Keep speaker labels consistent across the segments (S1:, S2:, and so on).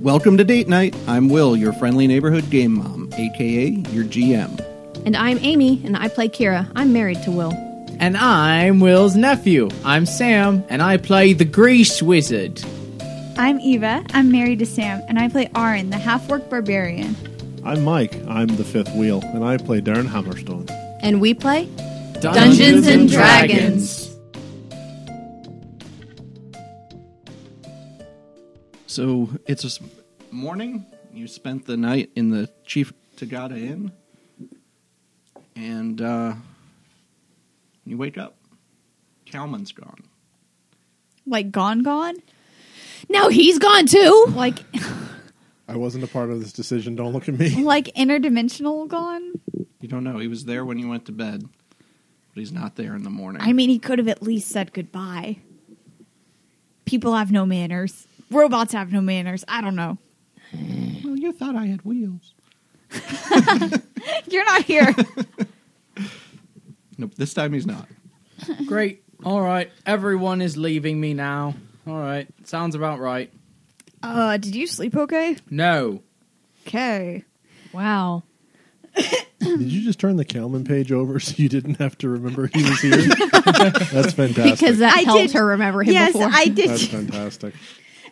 S1: Welcome to Date Night. I'm Will, your friendly neighborhood game mom, aka your GM.
S2: And I'm Amy, and I play Kira. I'm married to Will.
S3: And I'm Will's nephew. I'm Sam, and I play the Grease Wizard.
S4: I'm Eva. I'm married to Sam, and I play Arin, the half-orc barbarian.
S5: I'm Mike. I'm the fifth wheel, and I play Darren Hammerstone.
S2: And we play
S3: Dungeons and Dragons.
S1: So it's a s- morning. You spent the night in the Chief Tagada Inn, and uh, you wake up. Kalman's gone.
S4: Like gone, gone.
S2: Now he's gone too.
S4: Like,
S5: I wasn't a part of this decision. Don't look at me.
S4: like interdimensional gone.
S1: You don't know. He was there when you went to bed, but he's not there in the morning.
S4: I mean, he could have at least said goodbye. People have no manners. Robots have no manners. I don't know.
S1: well, Oh, you thought I had wheels.
S4: You're not here.
S1: Nope, this time he's not.
S3: Great. All right. Everyone is leaving me now. All right. Sounds about right.
S4: uh, did you sleep okay?
S3: No.
S4: Okay.
S2: Wow.
S5: Did you just turn the Kalman page over so you didn't have to remember he was here? That's fantastic.
S2: Because that
S4: I
S2: helped
S4: did-
S2: her remember him
S4: Yes,
S2: before.
S4: I
S5: That's
S4: did.
S5: fantastic.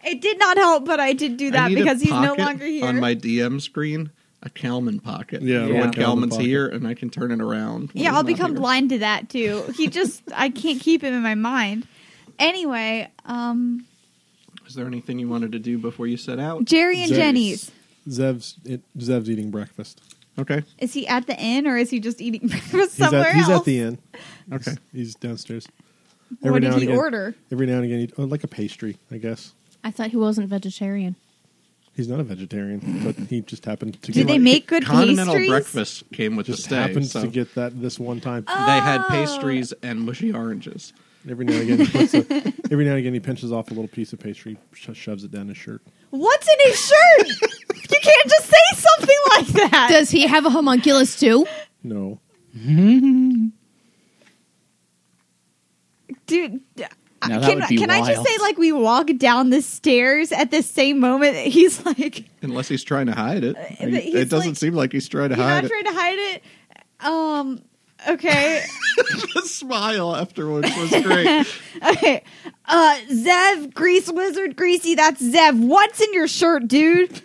S4: It did not help, but I did do
S1: I
S4: that
S1: need a
S4: because he's no
S1: pocket
S4: longer here.
S1: On my DM screen, a Kalman pocket.
S5: Yeah,
S3: I
S1: When Kalman's
S3: want a
S5: Kalman pocket.
S1: here, and I can turn it around. when
S4: Yeah,
S1: he's
S4: I'll
S1: not
S4: become
S1: here.
S4: blind to that too. He just I can't keep him in my mind. Anyway, um
S1: Is there anything you wanted to do before you set out?
S4: Jerry and
S5: Zeus.
S4: Jenny's.
S5: Zev's it, Zev's eating breakfast.
S1: Okay.
S4: Is he at the inn or is he just eating breakfast
S5: He's
S4: somewhere
S5: at, he's
S4: else?
S5: at the inn.
S1: Okay.
S5: He's downstairs.
S4: what did
S5: now and
S4: he
S5: again-
S4: order?
S5: Every now and again, he, oh, like a pastry, I guess.
S2: I thought he wasn't vegetarian.
S5: He's not a vegetarian, but he just happened to.
S4: Did
S5: get
S4: they make good
S1: Continental
S4: pastries?
S1: breakfast came with
S5: Just
S1: the stay.
S5: happened
S1: so
S5: to get that this one time.
S4: Oh,
S1: They had pastries and mushy oranges.
S5: Every now and again, he puts a, every now and again, he pinches off a little piece of pastry, sho- shoves it down his shirt.
S4: What's in his shirt? you can't just say something like that.
S2: Does he have a homunculus too?
S5: No,
S4: Dude, d- I-
S3: Now that
S4: can,
S3: would be
S4: can I just
S3: wild.
S4: say like we walk down the stairs at the same moment that he's like
S1: Unless he's trying to hide it.
S4: Uh, but
S1: He-
S4: he's
S1: it doesn't
S4: like-
S1: seem like he's trying to
S4: you're
S1: hide
S4: not trying to hide it? Um okay.
S1: it. the smile afterwards was great.
S4: Okay. Uh, Zev, Grease Wizard, Greasy, that's Zev. What's in your shirt, dude?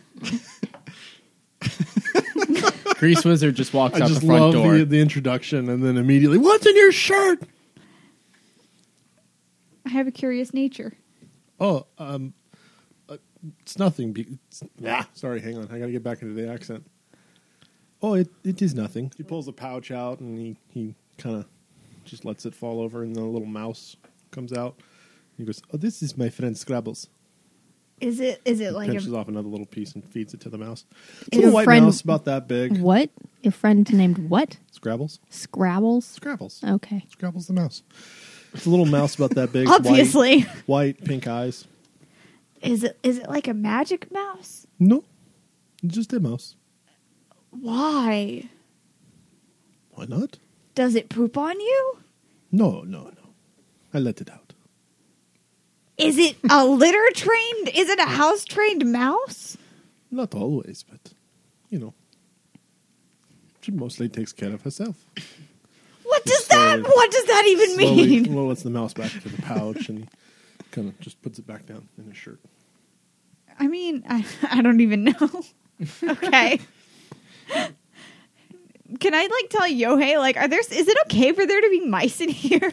S3: Grease Wizard just walks
S5: I
S3: out
S5: just
S3: the front
S5: love
S3: door.
S5: the, the introduction and then immediately, what's in your shirt?
S4: I have a curious nature.
S5: Oh, um, uh, it's nothing. Be- it's, ah, sorry, hang on. I got to get back into the accent. Oh, it, it is nothing. He pulls a pouch out and he, he kind of just lets it fall over, and the little mouse comes out. He goes, Oh, this is my friend Scrabbles.
S4: Is it is it like
S5: Pinches
S4: a,
S5: off another little piece and feeds it to the mouse. It's a
S2: Is
S5: little
S2: your
S5: white
S2: friend-
S5: mouse about that big.
S2: What? Your friend named what?
S5: Scrabbles?
S2: Scrabbles?
S5: Scrabbles.
S4: Oh.
S2: Okay.
S5: Scrabbles the mouse. It's a little mouse about that big. white-
S4: obviously?
S5: white pink eyes.
S4: Is it is it like a magic mouse?
S5: No, just a mouse.
S4: Why
S5: Why not?
S4: does it poop on you?
S5: No, no, no. I let it out.
S4: Is it a litter trained? Is it a house trained mouse?
S5: Not always, but you know, she mostly takes care of herself.
S4: What does
S5: Just
S4: that?
S5: slowly-
S4: What does that even
S5: Slowly,
S4: mean?
S5: well, lets the mouse back to the pouch and kind of just puts it back down in his shirt.
S4: I mean, I, I don't even know. okay. Can I like tell Yohei like are there is it okay for there to be mice in here?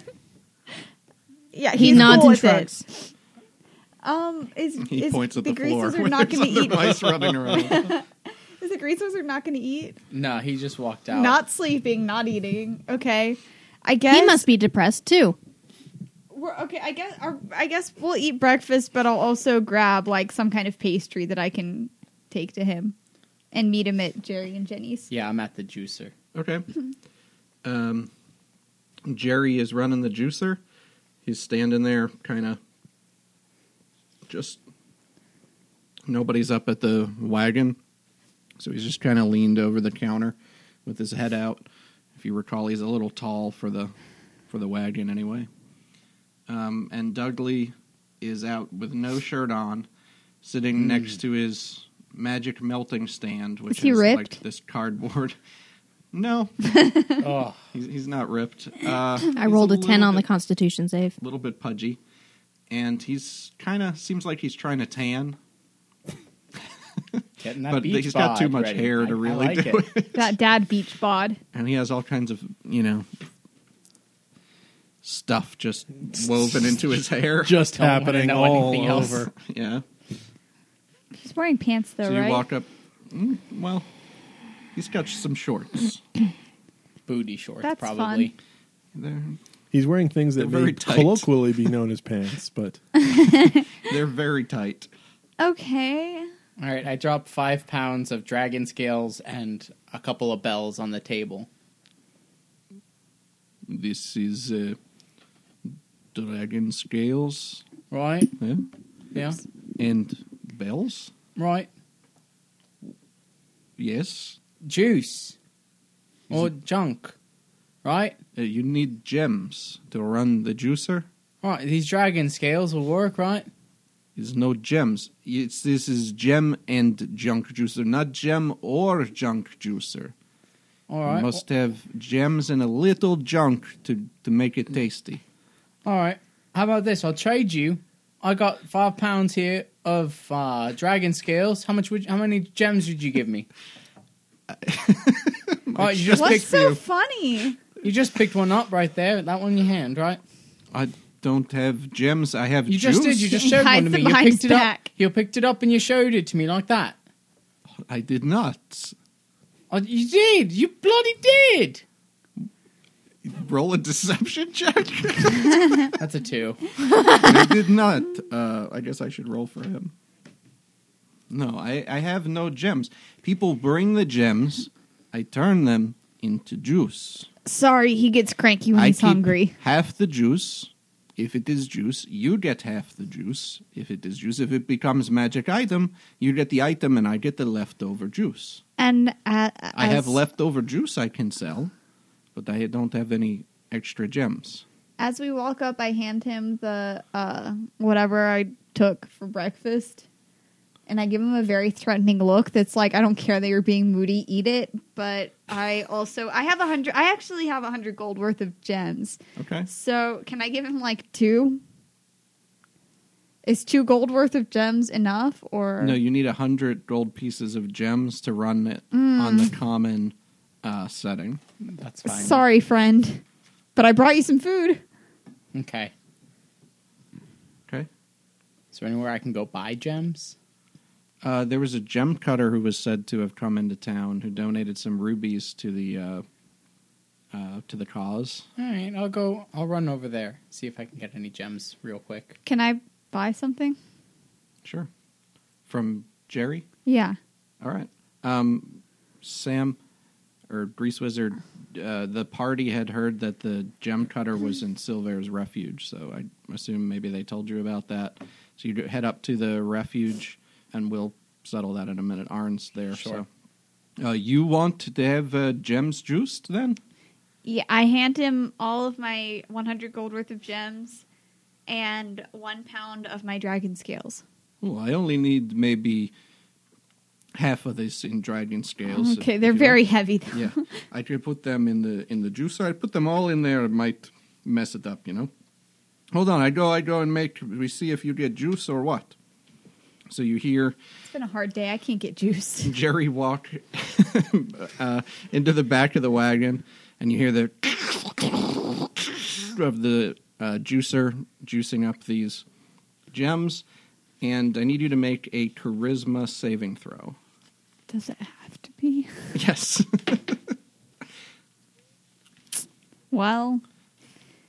S4: yeah,
S2: He
S4: he's
S2: nods
S4: cool
S2: and
S4: with it.
S2: shrugs.
S4: Um, is
S1: He
S4: is
S1: points at
S4: the,
S1: the,
S4: grease
S1: floor.
S4: wizard
S1: where
S4: not
S1: there's
S4: going to
S1: other
S4: eat?
S1: mice running around.
S4: Is the grease wizard not going to eat?
S3: no, he just walked out.
S4: Not sleeping, not eating. Okay, I guess
S2: He must be depressed too.
S4: We're, okay, I guess our, I guess we'll eat breakfast, but I'll also grab like some kind of pastry that I can take to him, and meet him at Jerry and Jenny's.
S3: yeah, I'm at the juicer.
S1: Okay. Um, Jerry is running the juicer. He's standing there, kind of just. Nobody's up at the wagon, so he's just kind of leaned over the counter with his head out. If you recall, he's a little tall for the for the wagon anyway. Um, and Dudley is out with no shirt on, sitting next to his magic melting stand, which
S4: Hmm. Is he
S1: is like
S4: ripped?
S1: this cardboard. No,
S5: oh,
S1: he's, he's not ripped. Uh,
S2: I rolled a 10 on the Constitution save.
S1: a little bit pudgy, and he's kind of seems like he's trying to tan,
S6: Getting that
S1: but
S6: beach
S1: he's got too
S6: bod
S1: much
S6: ready.
S1: hair
S6: I-
S1: to
S6: I
S1: really
S6: like
S1: do it.
S4: That dad beach bod.
S1: and he has all kinds of you know stuff just woven into his hair.
S5: just
S6: Don't wanna
S5: happening
S6: know
S5: all
S6: anything else.
S5: over.
S1: yeah.
S4: He's wearing pants though,
S1: So you
S4: right?
S1: walk up. Mm, well, he's got some shorts.
S6: Booty shorts,
S4: That's
S6: probably.
S4: fun.
S1: They're
S5: He's wearing things that
S1: They're very
S5: may
S1: tight.
S5: colloquially be known as pants, but
S1: they're very tight.
S4: okay.
S6: All right, I dropped five pounds of dragon scales and a couple of bells on the table.
S1: This is uh, dragon scales
S6: Right?
S1: yeah?
S6: Yeah.
S1: and bells.
S6: Right.
S1: Yes,
S6: Juice or junk. Right?
S1: uh, you need gems to run the juicer.
S6: Right. These dragon scales will work, right?
S1: There's no gems. It's this is gem and junk juicer, not gem or junk juicer.
S6: All right.
S1: You must have gems and a little junk to to make it tasty.
S6: All right. How about this? I'll trade you. I got five pounds here of uh, dragon scales. How much would? You, how many gems would you give me? All right, you just
S4: What's
S6: picked
S4: so funny?
S6: you just picked one up right there. That one in your hand, right?
S1: I don't have gems. I have
S6: You
S1: juice.
S6: just did. You just
S4: He
S6: showed one
S4: hides
S6: to
S4: them
S6: me. You
S4: behind
S6: picked
S4: his
S6: it
S4: back.
S6: up. You picked it up and you showed it to me like that.
S1: I did not.
S6: Oh, you did. You bloody did.
S1: Roll a deception check.
S6: That's a two.
S1: I did not. Uh, I guess I should roll for him. No, I, I have no gems. People bring the gems. I turn them into juice.
S4: Sorry, he gets cranky when
S1: I
S4: he's
S1: keep
S4: hungry.
S1: Half the juice. If it is juice, you get half the juice. If it is juice, if it becomes magic item, you get the item and I get the leftover juice.
S4: And uh,
S1: I have
S4: as-
S1: leftover juice I can sell, but I don't have any extra gems.
S4: As we walk up, I hand him the uh, whatever I took for breakfast, and I give him a very threatening look. That's like, I don't care that you're being moody, eat it. But I also, I have a hundred. I actually have a hundred gold worth of gems.
S1: Okay.
S4: So can I give him like two? Is two gold worth of gems enough? Or
S1: No, you need a hundred gold pieces of gems to run it
S4: Mm.
S1: on the common uh, setting.
S6: That's fine.
S4: sorry, friend, but I brought you some food.
S6: Okay.
S1: Okay.
S6: Is there anywhere I can go buy gems?
S1: Uh, there was a gem cutter who was said to have come into town who donated some rubies to the uh, uh, to the cause.
S6: All right, I'll go. I'll run over there see if I can get any gems real quick.
S4: Can I buy something?
S1: Sure. From Jerry.
S4: Yeah.
S1: All right. Um, Sam or Grease Wizard, uh, the party had heard that the gem cutter was in Silver's refuge, so I assume maybe they told you about that. So you head up to the refuge, and we'll settle that in a minute. Arn's there,
S6: Sure.
S1: so. Uh, you want to have uh, gems juiced then?
S4: Yeah, I hand him all of my 100 gold worth of gems and one pound of my dragon scales.
S1: Oh, I only need maybe half of this in dragon scales. uh, if-
S4: Okay,
S1: if
S4: they're
S1: you
S4: very
S1: like.
S4: heavy though.
S1: yeah, I could put them in the in the juicer. I put them all in there. It might mess it up, you know. Hold on, I go, I go and make. We see if you get juice or what. So you hear
S4: It's been a hard day. I can't get juice.
S1: Jerry walk uh, into the back of the wagon, and you hear the of the uh, juicer juicing up these gems. And I need you to make a charisma saving throw.
S4: Does it have to be?
S1: Yes.
S4: Well,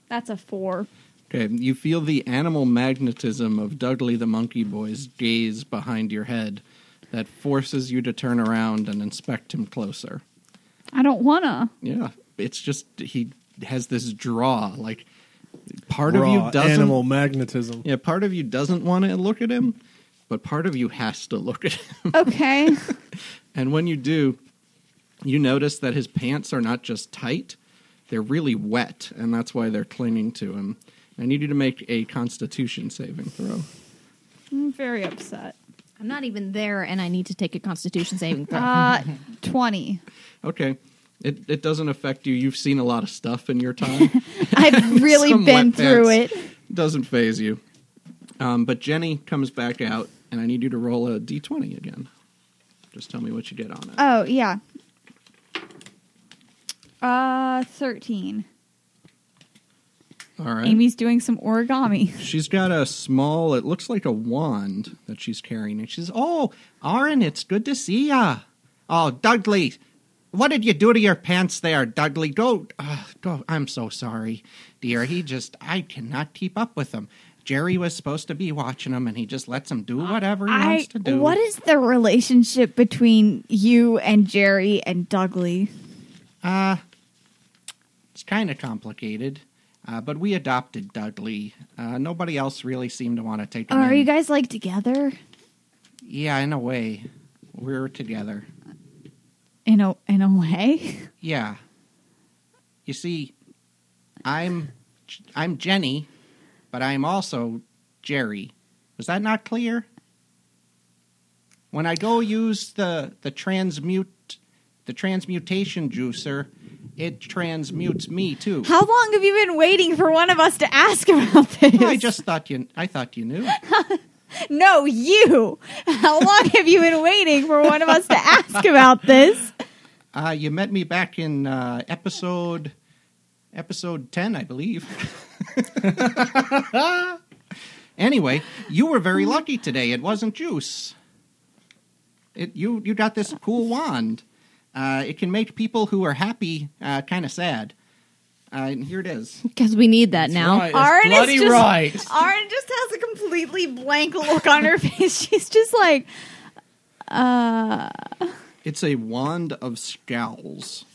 S4: that's a four.
S1: Okay, you feel the animal magnetism of Dudley the Monkey Boy's gaze behind your head that forces you to turn around and inspect him closer.
S4: I don't wanna.
S1: Yeah, it's just he has this draw like part
S5: raw
S1: of you doesn't
S5: animal magnetism.
S1: Yeah, part of you doesn't want to look at him, but part of you has to look at him.
S4: Okay.
S1: And when you do, you notice that his pants are not just tight, they're really wet, and that's why they're clinging to him. I need you to make a constitution saving throw.
S4: I'm very upset.
S2: I'm not even there, and I need to take a Constitution saving throw.
S4: Uh, 20.
S1: Okay. It it doesn't affect you. You've seen a lot of stuff in your time.
S4: I've really
S1: Some
S4: been
S1: wetbacks.
S4: through it.
S1: doesn't phase you. Um, but Jenny comes back out, and I need you to roll a d20 again. Just tell me what you get on it.
S4: Oh, yeah. Uh, 13.
S1: All right.
S4: Amy's doing some origami.
S1: She's got a small, it looks like a wand that she's carrying. And she says, Oh, Aaron, it's good to see ya. Oh, Dudley, what did you do to your pants there, Dudley? Go, uh, go. I'm so sorry, dear. He just, I cannot keep up with him. Jerry was supposed to be watching him, and he just lets him do whatever he wants to do.
S4: what is the relationship between you and Jerry and Dougley?
S1: Uh, it's kind of complicated, uh, but we adopted Dudley. Uh, nobody else really seemed to want to take him.
S4: Are
S1: in.
S4: you guys like together?
S1: Yeah, in a way, we're together.
S4: In a in a way,
S1: Yeah. You see, I'm I'm Jenny, but I'm also Jerry. Was that not clear? When I go use the the transmute the transmutation juicer, it transmutes me too.
S4: how long have you been waiting for one of us to ask about this?
S1: I just thought you I thought you knew.
S4: no, you. How long have you been waiting for one of us to ask about this?
S1: Uh, you met me back in uh, episode episode ten, I believe. anyway, you were very lucky today. It wasn't juice. It you you got this cool wand. Uh, it can make people who are happy uh, kind of sad. Uh, and here it is.
S2: Because we need that now.
S6: Right,
S4: Aaron
S6: that's
S4: is
S6: bloody
S4: just-
S6: right.
S4: Aaron just has a completely blank look on her face. She's just like, uh,
S1: It's a wand of scowls.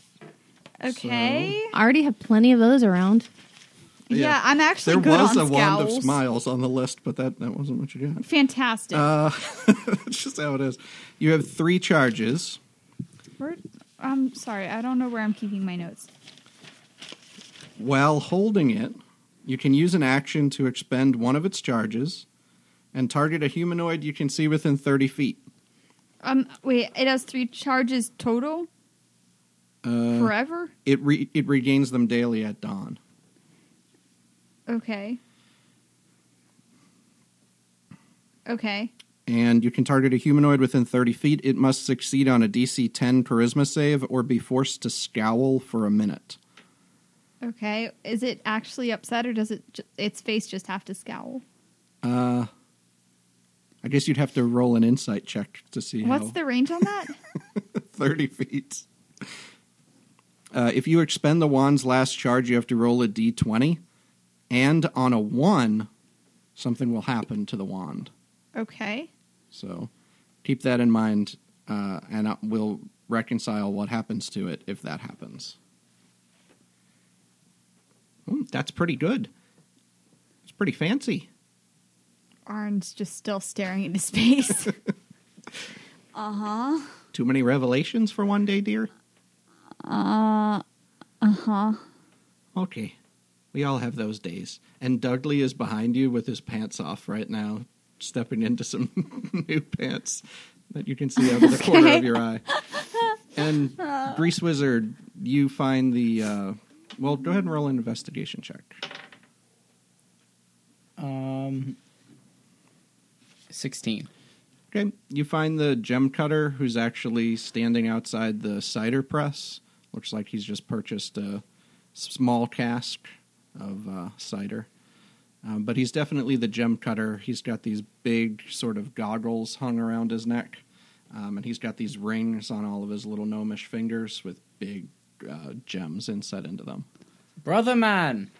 S4: okay.
S2: I already have plenty of those around.
S4: yeah.
S1: Yeah.
S4: I'm actually
S1: There
S4: good
S1: was a
S4: on
S1: wand of
S4: scowls.
S1: smiles on the list, but that, that wasn't what you got.
S4: Fantastic.
S1: Uh, that's just how it is. You have three charges.
S4: Where, I'm sorry, I don't know where I'm keeping my notes.
S1: While holding it, you can use an action to expend one of its charges and target a humanoid you can see within 30 feet.
S4: Um, wait, it has three charges total
S1: Uh,
S4: forever.
S1: it, re- it regains them daily at dawn.
S4: Okay. Okay.
S1: And you can target a humanoid within 30 feet. It must succeed on a DC 10 charisma save or be forced to scowl for a minute.
S4: Okay. Is it actually upset, or does it ju- its face just have to scowl?
S1: Uh, I guess you'd have to roll an insight check to see how.
S4: What's the range on that?
S1: 30 feet. Uh, if you expend the wand's last charge, you have to roll a d20. And on a 1, something will happen to the wand.
S4: okay.
S1: So keep that in mind, uh, and I- we'll reconcile what happens to it if that happens. Hmm, that's pretty good. It's pretty fancy.
S4: Arn's just still staring into space. uh huh.
S1: Too many revelations for one day, dear?
S4: Uh. Uh huh.
S1: Okay. We all have those days. And Dudley is behind you with his pants off right now, stepping into some new pants that you can see out of the corner of your eye. And Grease Wizard, you find the. Uh, well, go ahead and roll an investigation check.
S6: Um, sixteen.
S1: Okay. You find the gem cutter who's actually standing outside the cider press. Looks like he's just purchased a small cask of uh, cider. Um, but he's definitely the gem cutter. He's got these big sort of goggles hung around his neck. Um, and he's got these rings on all of his little gnomish fingers with big uh, gems inset into them.
S6: Brother man,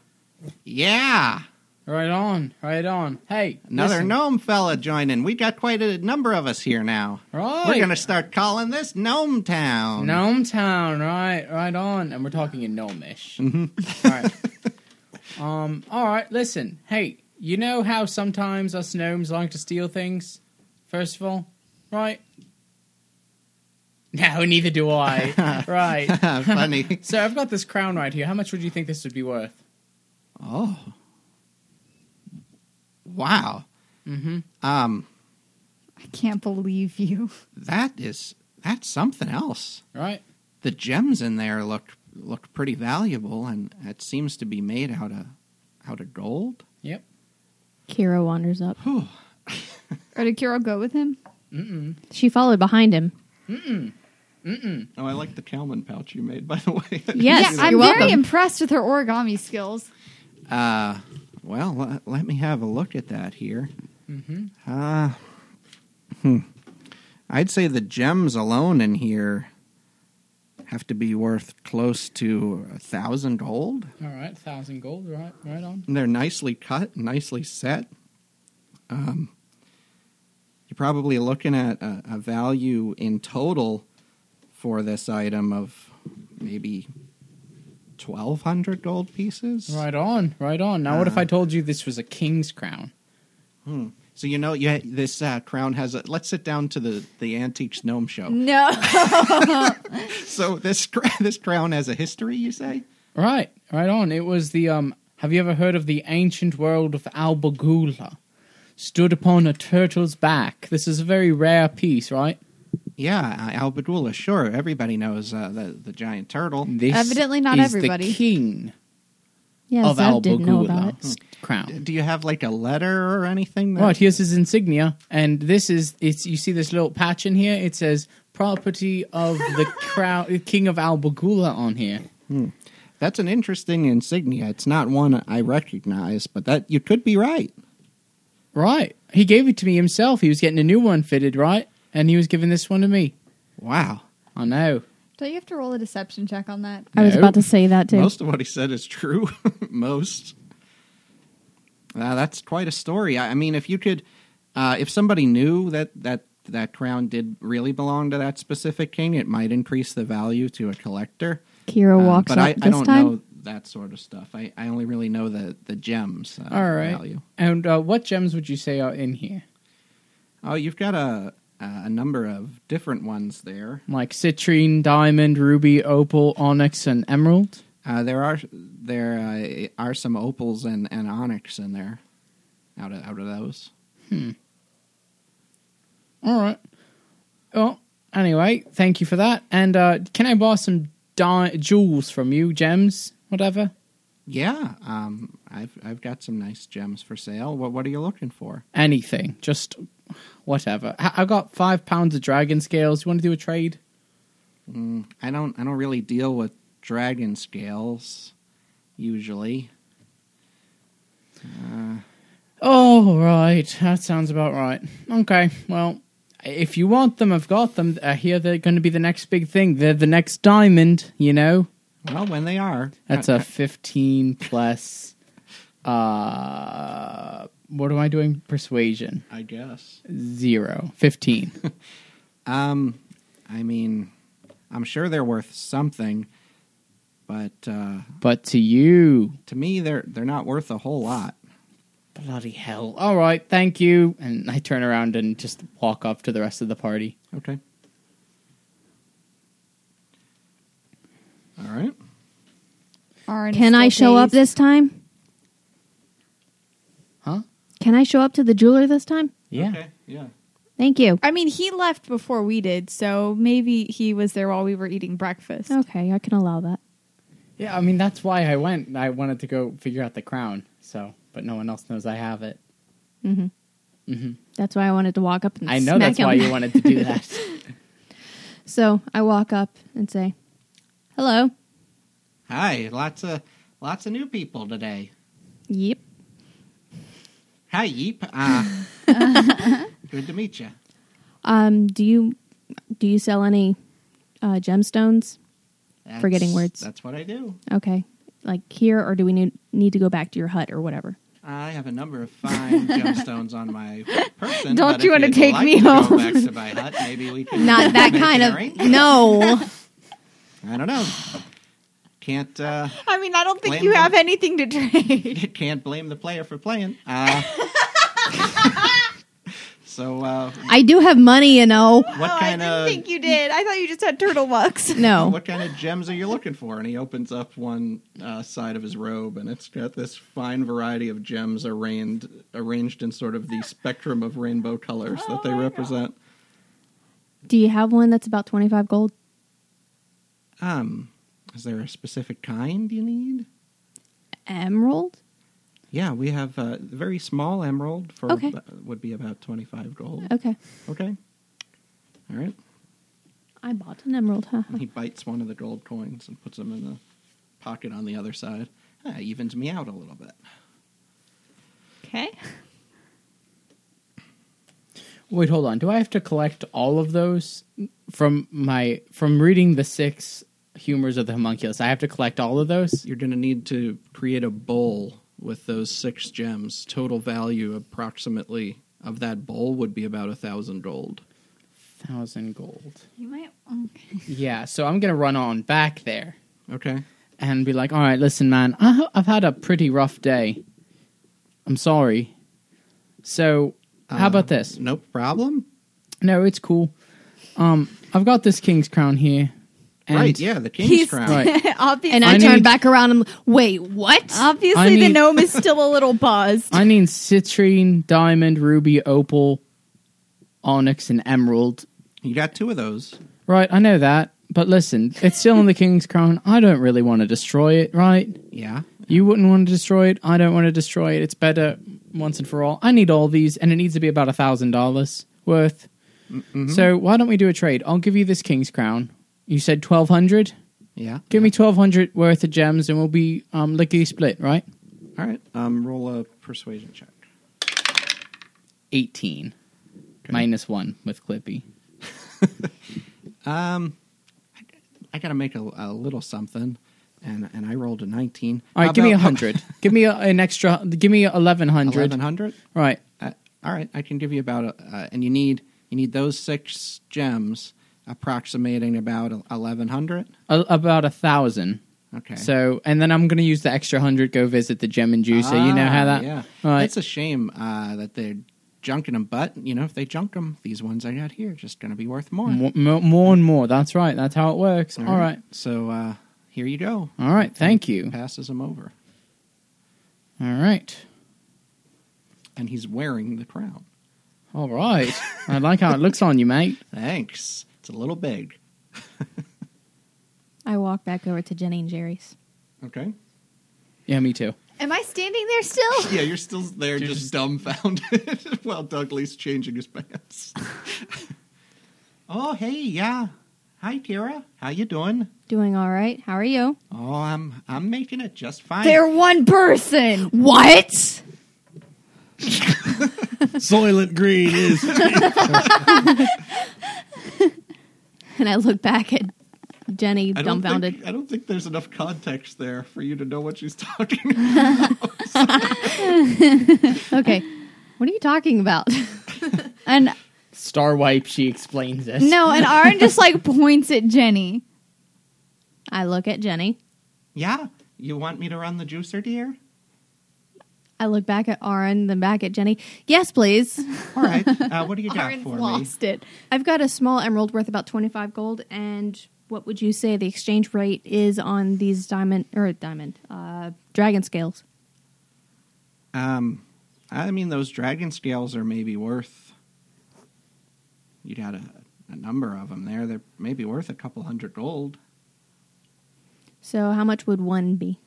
S1: Yeah.
S6: right on, right on. Hey,
S1: Another
S6: listen.
S1: gnome fella joining. We got quite a number of us here now.
S6: Right.
S1: We're gonna start calling this Gnome Town.
S6: Gnome Town, right, right on. And we're talking in gnomish.
S1: Mm-hmm.
S6: All right. Um, all right, listen. Hey, you know how sometimes us gnomes like to steal things? First of all, right? No, neither do I. right.
S1: Funny.
S6: So I've got this crown right here. How much would you think this would be worth?
S1: oh. Wow.
S6: Mm-hmm.
S1: Um.
S4: I can't believe you.
S1: That is that's something else.
S6: right?
S1: The gems in there looked looked pretty valuable, and it seems to be made out of out of gold.
S6: Yep.
S2: Kira wanders up.
S4: Or did Kiro go with him?
S2: She followed behind him.
S1: Oh, I like the Kalman pouch you made, by the way.
S2: Yes,
S4: yeah, I'm
S2: you're
S4: very
S2: welcome.
S4: impressed with her origami skills.
S1: Uh, well, let, let me have a look at that here. Mm-hmm. Uh, hmm. I'd say the gems alone in here have to be worth close to a thousand gold.
S6: All right. Thousand gold. Right. Right on.
S1: And they're nicely cut, nicely set. Um, you're probably looking at a, a value in total for this item of maybe 1,200 gold pieces.
S6: Right on. Right on. Now, what if I told you this was a king's crown?
S1: So you know, yeah, this uh, crown has a. Let's sit down to the the antiques gnome show.
S4: No.
S1: So this cr- this crown has a history. You say?
S6: Right. Right on. It was the um. Have you ever heard of the ancient world of Albagula? Stood upon a turtle's back. This is a very rare piece, right?
S1: Yeah, uh, Albadula. Sure, everybody knows uh, the the giant turtle.
S6: This
S4: Evidently not
S6: is
S4: everybody.
S6: The king
S2: Yeah,
S6: of Hmm.
S2: Zev didn't know about it.
S6: Albagula's crown.
S1: Do you have like a letter or anything? that-
S6: Right, here's his insignia, and this is it's. You see this little patch in here. It says "Property of the Crown, King of Albagula" on here.
S1: That's an interesting insignia. It's not one I recognize, but that you could be right.
S6: Right, he gave it to me himself. He was getting a new one fitted, right, and he was giving this one to me.
S1: Wow,
S6: I know.
S4: Don't you have to roll a deception check on that?
S2: I was
S6: No.
S2: about to say that too.
S1: most of what he said is true. most. Uh, that's quite a story. I, I mean, if you could, uh, if somebody knew that that that crown did really belong to that specific king, it might increase the value to a collector.
S2: Kira
S1: Um,
S2: walks
S1: but
S2: up
S1: I,
S2: this
S1: I don't
S2: time.
S1: know that sort of stuff. I, I only really know the the gems. Uh,
S6: All right.
S1: Value.
S6: And uh, what gems would you say are in here?
S1: Oh, you've got a a number of different ones there.
S6: Like citrine, diamond, ruby, opal, onyx, and emerald.
S1: Uh, there are there uh, are some opals and, and onyx in there. Out of out of those.
S6: All right. Well, anyway, thank you for that. And uh, can I borrow some di- jewels from you, gems, whatever?
S1: Yeah, um, I've I've got some nice gems for sale. What what are you looking for?
S6: Anything, just whatever. I, I got five pounds of dragon scales. You want to do a trade?
S1: I don't I don't really deal with dragon scales usually.
S6: Oh, right. That sounds about right. Okay. Well, if you want them, I've got them. I hear they're going to be the next big thing. They're the next diamond, you know?
S1: Well, when they are,
S6: That's a 15 plus. Uh, what am I doing? Persuasion.
S1: I guess.
S6: Zero. 15.
S1: Um, I mean, I'm sure they're worth something, but uh,
S6: But to you,
S1: to me, they're they're not worth a whole lot.
S6: bloody hell. All right, thank you. And I turn around and just walk off to the rest of the party.
S1: Okay. All right.
S4: Arin is
S2: Can I
S4: still
S2: show up
S4: dazed.
S2: this time?
S6: Huh?
S2: Can I show up to the jeweler this time?
S6: Yeah.
S1: Okay. Yeah.
S2: Thank you.
S4: I mean, he left before we did, so maybe he was there while we were eating breakfast.
S2: Okay, I can allow that.
S6: Yeah, I mean, that's why I went. I wanted to go figure out the crown, so, but no one else knows I have it.
S2: That's why I wanted to walk up and
S6: I know
S2: smack
S6: that's
S2: him.
S6: why you wanted to do that.
S2: So I walk up and say, "Hello."
S1: Hi. Lots of lots of new people today.
S2: Yep.
S1: Hi, Yeep. Uh, good to meet you.
S2: Um, do you do you sell any uh, gemstones? Forgetting words.
S1: That's what I do.
S2: Okay, like here, or do we need need to go back to your hut or whatever?
S1: I have a number of fine gemstones on my person.
S4: Don't
S1: but
S4: you
S1: if
S4: wanna
S1: you'd
S4: take
S1: like
S4: me
S1: to go
S4: home?
S1: back to my hut, maybe we can
S2: Not that
S1: make
S2: kind
S1: an
S2: of.
S1: arrangement.
S2: No.
S1: I don't know. Can't uh,
S4: I mean, I don't think
S1: Blame
S4: you
S1: them.
S4: have anything to trade.
S1: can't blame the player for playing. Uh, So, uh,
S2: I do have money, you know.
S1: what
S4: oh,
S1: kind
S4: I
S1: of
S4: didn't think you did. I thought you just had turtle bucks.
S2: No.
S1: what kind of gems are you looking for? And he opens up one uh, side of his robe, and it's got this fine variety of gems arranged arranged in sort of the spectrum of rainbow colors
S2: Oh,
S1: that they represent.
S2: Do you have one that's about 25 gold?
S1: Um, is there a specific kind you need?
S2: Emerald?
S1: Yeah, we have a very small emerald for
S2: Okay.
S1: uh, would be about twenty five gold.
S2: Okay.
S1: Okay, all right.
S2: I bought an emerald, huh?
S1: And he bites one of the gold coins and puts them in the pocket on the other side. Ah, evens me out a little bit.
S4: Okay.
S6: Wait, hold on. Do I have to collect all of those from my from reading the six humors of the homunculus? I have to collect all of those.
S1: You're going to need to create a bowl with those six gems. Total value, approximately, of that bowl would be about a thousand gold.
S6: Thousand gold.
S4: You might.
S6: Yeah. So I'm gonna run on back there
S1: Okay.
S6: and be like, "All right, listen, man. I, I've had a pretty rough day. I'm sorry. So how
S1: Uh,
S6: about this?
S1: No problem.
S6: No, it's cool. Um, I've got this king's crown here. And
S1: right? Yeah, the king's
S4: He's-
S1: crown.
S6: Right.
S4: Obviously,
S2: And I,
S6: I
S2: turned
S6: need-
S2: back around and wait, what?
S4: obviously
S6: I
S4: the
S6: need-
S4: gnome is still a little buzzed.
S6: I need citrine, diamond, ruby, opal, onyx, and emerald.
S1: You got two of those.
S6: Right, I know that. But listen, it's still in the king's crown. I don't really want to destroy it, right?
S1: Yeah.
S6: You wouldn't want to destroy it. I don't want to destroy it. It's better once and for all. I need all these, and it needs to be about a thousand dollars worth.
S1: Mm-hmm.
S6: So why don't we do a trade? I'll give you this king's crown. You said twelve hundred.
S1: Yeah.
S6: Give me twelve hundred worth of gems, and we'll be um, lickety split, right?
S1: All right. Um, roll a persuasion check.
S6: Eighteen minus one with Clippy.
S1: Um, I, I got to make a, a little something, and and I rolled a nineteen.
S6: All right, give me a hundred. give me a, an extra. Give me
S1: Eleven
S6: eleven hundred.
S1: hundred.
S6: Right.
S1: Uh, all right, I can give you about a, uh, and you need you need those six gems approximating about eleven hundred.
S6: A, about a thousand.
S1: Okay.
S6: So, and then I'm going to use the extra hundred, go visit the gem and juicer. you know how
S1: Ah,
S6: that.
S1: Yeah.
S6: All right.
S1: It's a shame uh, that they're junking them, but you know if they junk them, these ones I got here are just going to be worth more.
S6: Mo- mo- more and more. That's right. That's how it works. All right.
S1: So uh, here you go.
S6: All right. Thank you.
S1: Passes them over,
S6: All right.
S1: and he's wearing the crown.
S6: All right. I like how it looks on you, mate.
S1: Thanks. It's a little big.
S2: I walked back over to Jenny and Jerry's.
S1: Okay.
S6: Yeah, me too.
S4: Am I standing there still?
S1: Yeah, you're still there, just, dumbfounded while Dougley's changing his pants. oh, hey, yeah. Hi, Kira. How you doing?
S2: Doing all right. How are you?
S1: Oh, I'm I'm making it just fine.
S4: They're one person.
S2: What?
S5: Soylent Green is.
S2: And I look back at Jenny,
S1: I don't
S2: dumbfounded.
S1: Think, I don't think there's enough context there for you to know what she's talking about.
S2: Okay. What are you talking about?
S4: And
S6: Star wipe. She explains this.
S4: no, and Aaron just like points at Jenny.
S2: I look at Jenny.
S1: yeah, you want me to run the juicer, dear?
S2: I look back at Aaron, then back at Jenny. Yes, please.
S1: All right. Uh, what do you got
S4: Aaron's
S1: for me?
S4: lost it.
S2: I've got a small emerald worth about 25 gold. And what would you say the exchange rate is on these diamond, or diamond, uh, dragon scales?
S1: Um, I mean those dragon scales are maybe worth. You got a, a number of them there. They're maybe worth a couple hundred gold.
S2: So how much would one be?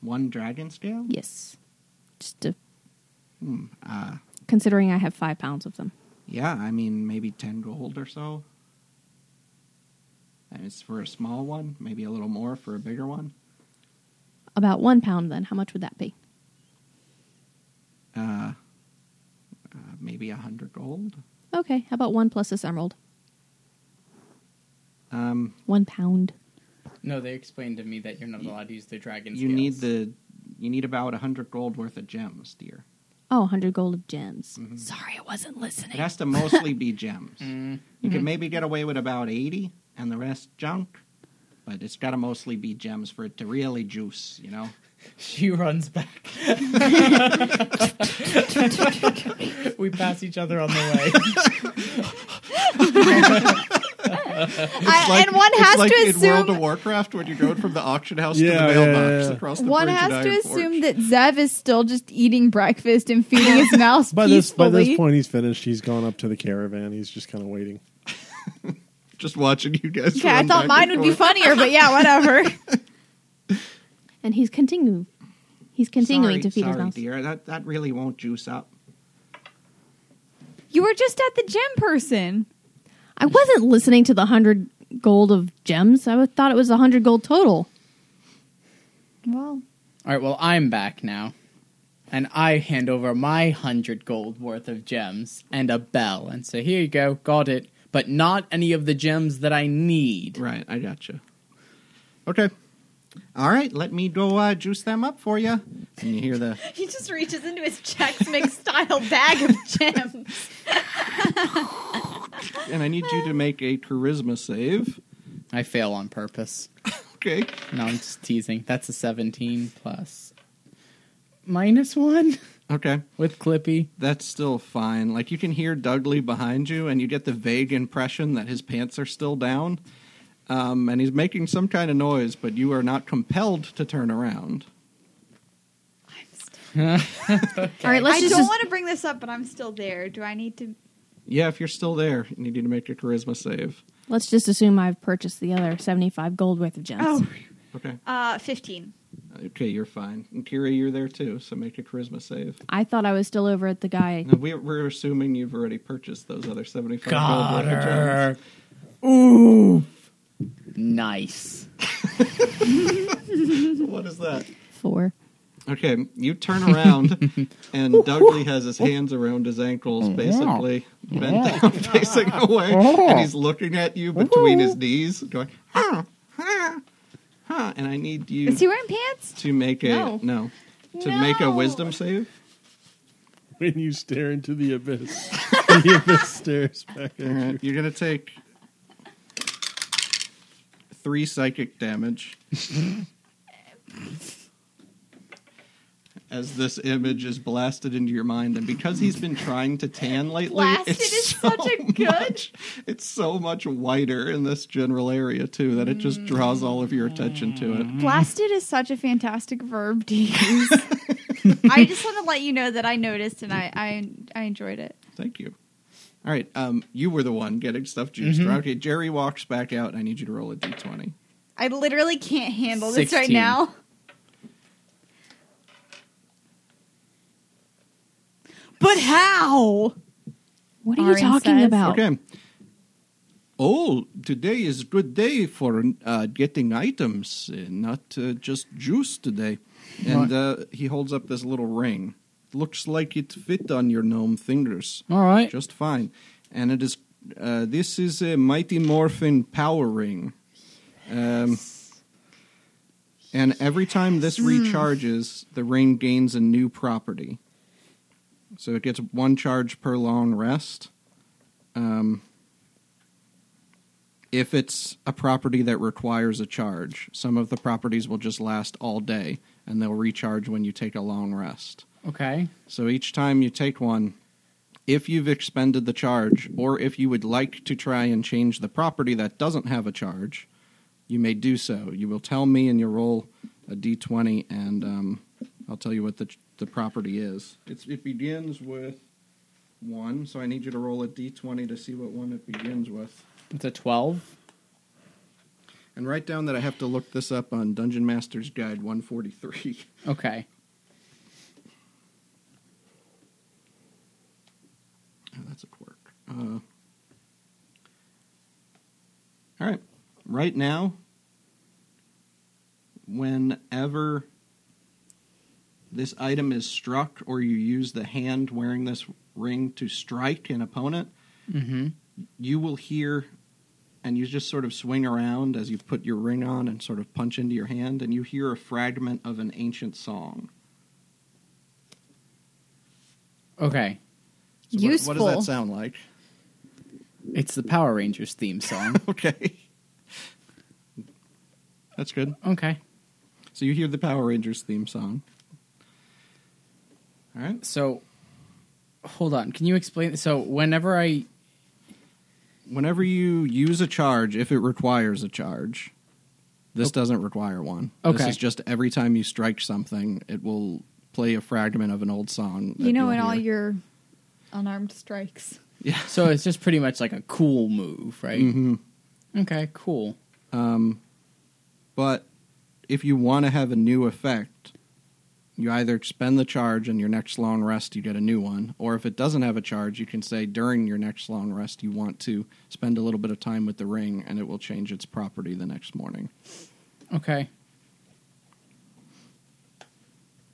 S1: One dragon scale?
S2: Yes. Just to.
S1: Hmm, uh.
S2: considering I have five pounds of them.
S1: Yeah, I mean maybe ten gold or so. And it's for a small one, maybe a little more for a bigger one.
S2: About one pound, then. How much would that be?
S1: Uh, uh maybe a hundred gold.
S2: Okay. How about one plus this emerald?
S1: Um,
S2: One pound.
S6: No, they explained to me that you're not allowed to use the dragon.
S1: you need the you need about a hundred gold worth of gems, dear.
S2: Oh, 100 gold of gems.
S1: Mm-hmm.
S2: Sorry, I wasn't listening.
S1: It has to mostly be gems.
S6: Mm.
S1: You can maybe get away with about eighty, and the rest junk. But it's got to mostly be gems for it to really juice. You know.
S6: She runs back. we pass each other on the way.
S4: I, and one
S1: it's
S4: has
S1: like
S4: to
S1: in World of
S4: assume
S1: Warcraft when you're going from the auction house to
S5: Yeah,
S1: the
S5: yeah,
S1: mailbox
S5: yeah.
S1: across the
S4: one
S1: bridge
S4: has
S1: at
S4: to
S1: Iron Forge.
S4: assume that Zev is still just eating breakfast and feeding his mouse
S5: By this by
S4: peacefully.
S5: this point, he's finished. He's gone up to the caravan. He's just kind of waiting.
S1: just watching you guys.
S4: okay, I
S1: run
S4: thought
S1: back
S4: mine
S1: and
S4: would be
S1: forth.
S4: funnier, but yeah, whatever.
S2: And he's continue. He's
S1: Sorry,
S2: continuing to feed his
S1: sorry,
S2: mouse.
S1: dear. That that really won't juice up.
S4: you were just at the gym, person.
S2: I wasn't listening to the hundred gold of gems. I would- thought it was a hundred gold total.
S6: All
S4: Well,
S6: right, well, I'm back now. And I hand over my hundred gold worth of gems and a bell and say, here you go, got it. But not any of the gems that I need.
S1: Right, I gotcha. Okay. All right, let me go uh, juice them up for you. And you hear the
S4: he just reaches into his Chex Mix style bag of gems.
S1: and I need you to make a charisma save.
S6: I fail on purpose.
S1: Okay.
S6: No, I'm just teasing. That's a 17 plus. Minus one
S1: Okay.
S6: with Clippy.
S1: That's still fine. Like you can hear Dudley behind you and you get the vague impression that his pants are still down. Um, and he's making some kind of noise, but you are not compelled to turn around.
S2: All right, let's
S4: I
S2: just.
S4: don't want to bring this up, but I'm still there. Do I need to?
S1: Yeah, if you're still there, you need to make a charisma save.
S2: Let's just assume I've purchased the other 75 gold worth of gems.
S4: Oh,
S1: Okay.
S4: uh, 15.
S1: Okay, you're fine. And Kira, you're there too, so make a charisma save.
S2: I thought I was still over at the guy.
S1: No, we're, we're assuming you've already purchased those other 75 gold worth of gems.
S6: Ooh. Nice.
S1: What is that?
S2: Four.
S1: Okay, you turn around, and Dudley has his hands around his ankles, basically bent down, facing away, and he's looking at you between his knees, going, huh, huh, huh. And I need you
S4: Is he wearing pants?
S1: to make a
S2: No.
S1: no, to make a
S4: No.
S1: wisdom save.
S5: When you stare into the abyss, the abyss stares back at
S1: All right, you're gonna take three psychic damage as this image is blasted into your mind. And because he's been trying to tan lately,
S4: Blasted
S1: it's
S4: is
S1: so
S4: such a good-
S1: much- it's so much whiter in this general area too that it just draws all of your attention to it.
S4: Mm.
S5: Mm-hmm.
S4: Blasted is such a fantastic verb to use. I just want to let you know that I noticed and I I, I enjoyed it.
S1: Thank you. All right, um, you were the one getting stuff juiced.
S4: Mm-hmm.
S1: Okay, Jerry walks back out. and I need you to roll a d20.
S4: I literally can't handle this right
S6: 16.
S4: now. But how?
S2: What are
S4: Arin
S2: you talking
S4: says.
S2: about?
S1: Okay. Oh, today is good day for uh, getting items, uh, not uh, just juice today. And uh, he holds up this little ring. Looks like it fit on your gnome fingers
S6: All right.
S1: just fine. And it is uh, this is a Mighty Morphin Power Ring. Um, and every time this recharges, the ring gains a new property. So it gets one charge per long rest. Um, if it's a property that requires a charge, some of the properties will just last all day and they'll recharge when you take a long rest.
S6: Okay.
S1: So each time you take one, if you've expended the charge, or if you would like to try and change the property that doesn't have a charge, you may do so. You will tell me, and you'll roll a d20, and um, I'll tell you what the the property is. It's, it begins with one, so I need you to roll a d20 to see what one it begins with.
S6: It's a 12.
S1: And write down that I have to look this up on Dungeon Master's Guide 143.
S6: Okay.
S1: Oh, that's a quirk. Uh, all right. Right now, whenever this item is struck or you use the hand wearing this ring to strike an opponent,
S6: Mm-hmm.
S1: you will hear and you just sort of swing around as you put your ring on and sort of punch into your hand, and you hear a fragment of an ancient song.
S6: Okay.
S1: So what-
S4: Useful.
S1: What, does that sound like?
S6: It's the Power Rangers theme song.
S1: Okay. That's good.
S6: okay.
S1: So you hear the Power Rangers theme song. All right.
S6: So, hold on. Can you explain? So, whenever I
S1: Whenever you use a charge, if it requires a charge, this doesn't require one. This
S6: Okay.
S1: is just every time you strike something, it will play a fragment of an old song. that
S4: You know,
S1: you'll
S4: in all
S1: hear.
S4: your unarmed strikes.
S1: yeah.
S6: so it's just pretty much like a cool move, right?
S1: hmm
S6: Okay, cool.
S1: But if you want to have a new effect, you either expend the charge and your next long rest you get a new one, or if it doesn't have a charge, you can say during your next long rest you want to spend a little bit of time with the ring and it will change its property the next morning.
S6: Okay.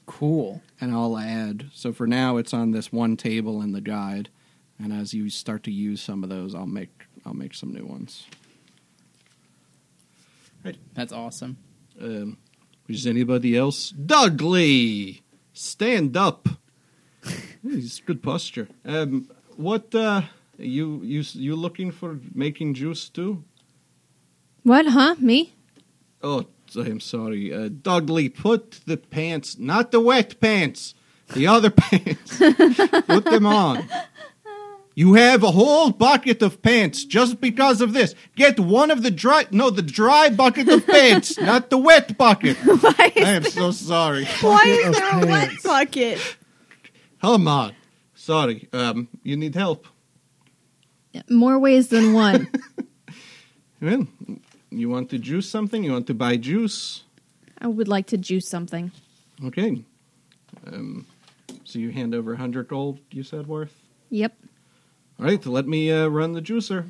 S6: Cool.
S1: And I'll add so for now it's on this one table in the guide, and as you start to use some of those I'll make I'll make some new ones.
S6: That's awesome.
S1: Um, is anybody else? Dougley, stand up. It's good posture. Um, what uh, you you you looking for making juice too?
S2: What, huh? Me?
S1: Oh, I am sorry, uh, Dougley. Put the pants, not the wet pants, the other pants. put them on. You have a whole bucket of pants just because of this. Get one of the dry, no, the dry bucket of pants, not the wet bucket.
S7: Why
S1: I
S7: is,
S1: am so sorry.
S7: why
S5: Bucket
S7: is
S5: of
S7: there a wet
S5: pants.
S7: bucket?
S1: Come on. Sorry. Um, you need help.
S2: More ways than one.
S1: Well, you want to juice something? You want to buy juice?
S2: I would like to juice something.
S1: Okay. Um, so you hand over 100 gold, you said, worth?
S2: Yep.
S1: All right, let me uh, run the juicer.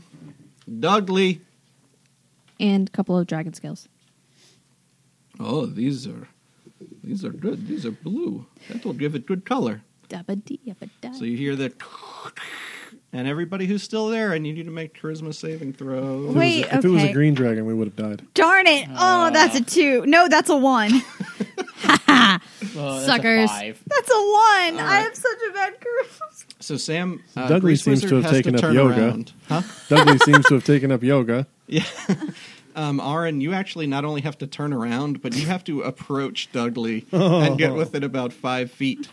S1: Dudley.
S2: And a couple of dragon scales.
S1: Oh, these are these are good. These are blue. That will give it good color.
S2: Dabba-dee, yabba-da.
S1: So you hear the and everybody who's still there, I need you to make charisma saving throws.
S7: Wait,
S5: If it was a
S7: okay.
S5: green dragon, we would have died.
S7: Darn it. Oh, that's a two. No, that's a one.
S6: Well, that's a
S2: Suckers.
S6: five.
S7: That's a one. I
S1: right.
S7: have such a bad curse.
S1: So Sam, uh,
S5: Dudley
S1: Grease
S5: seems to
S1: Wizard has
S5: have taken up
S1: turn
S5: yoga.
S1: around. Huh?
S5: Dudley seems to have taken up yoga.
S1: Yeah. um, Aaron, you actually not only have to turn around, but you have to approach Dudley and get within about five feet.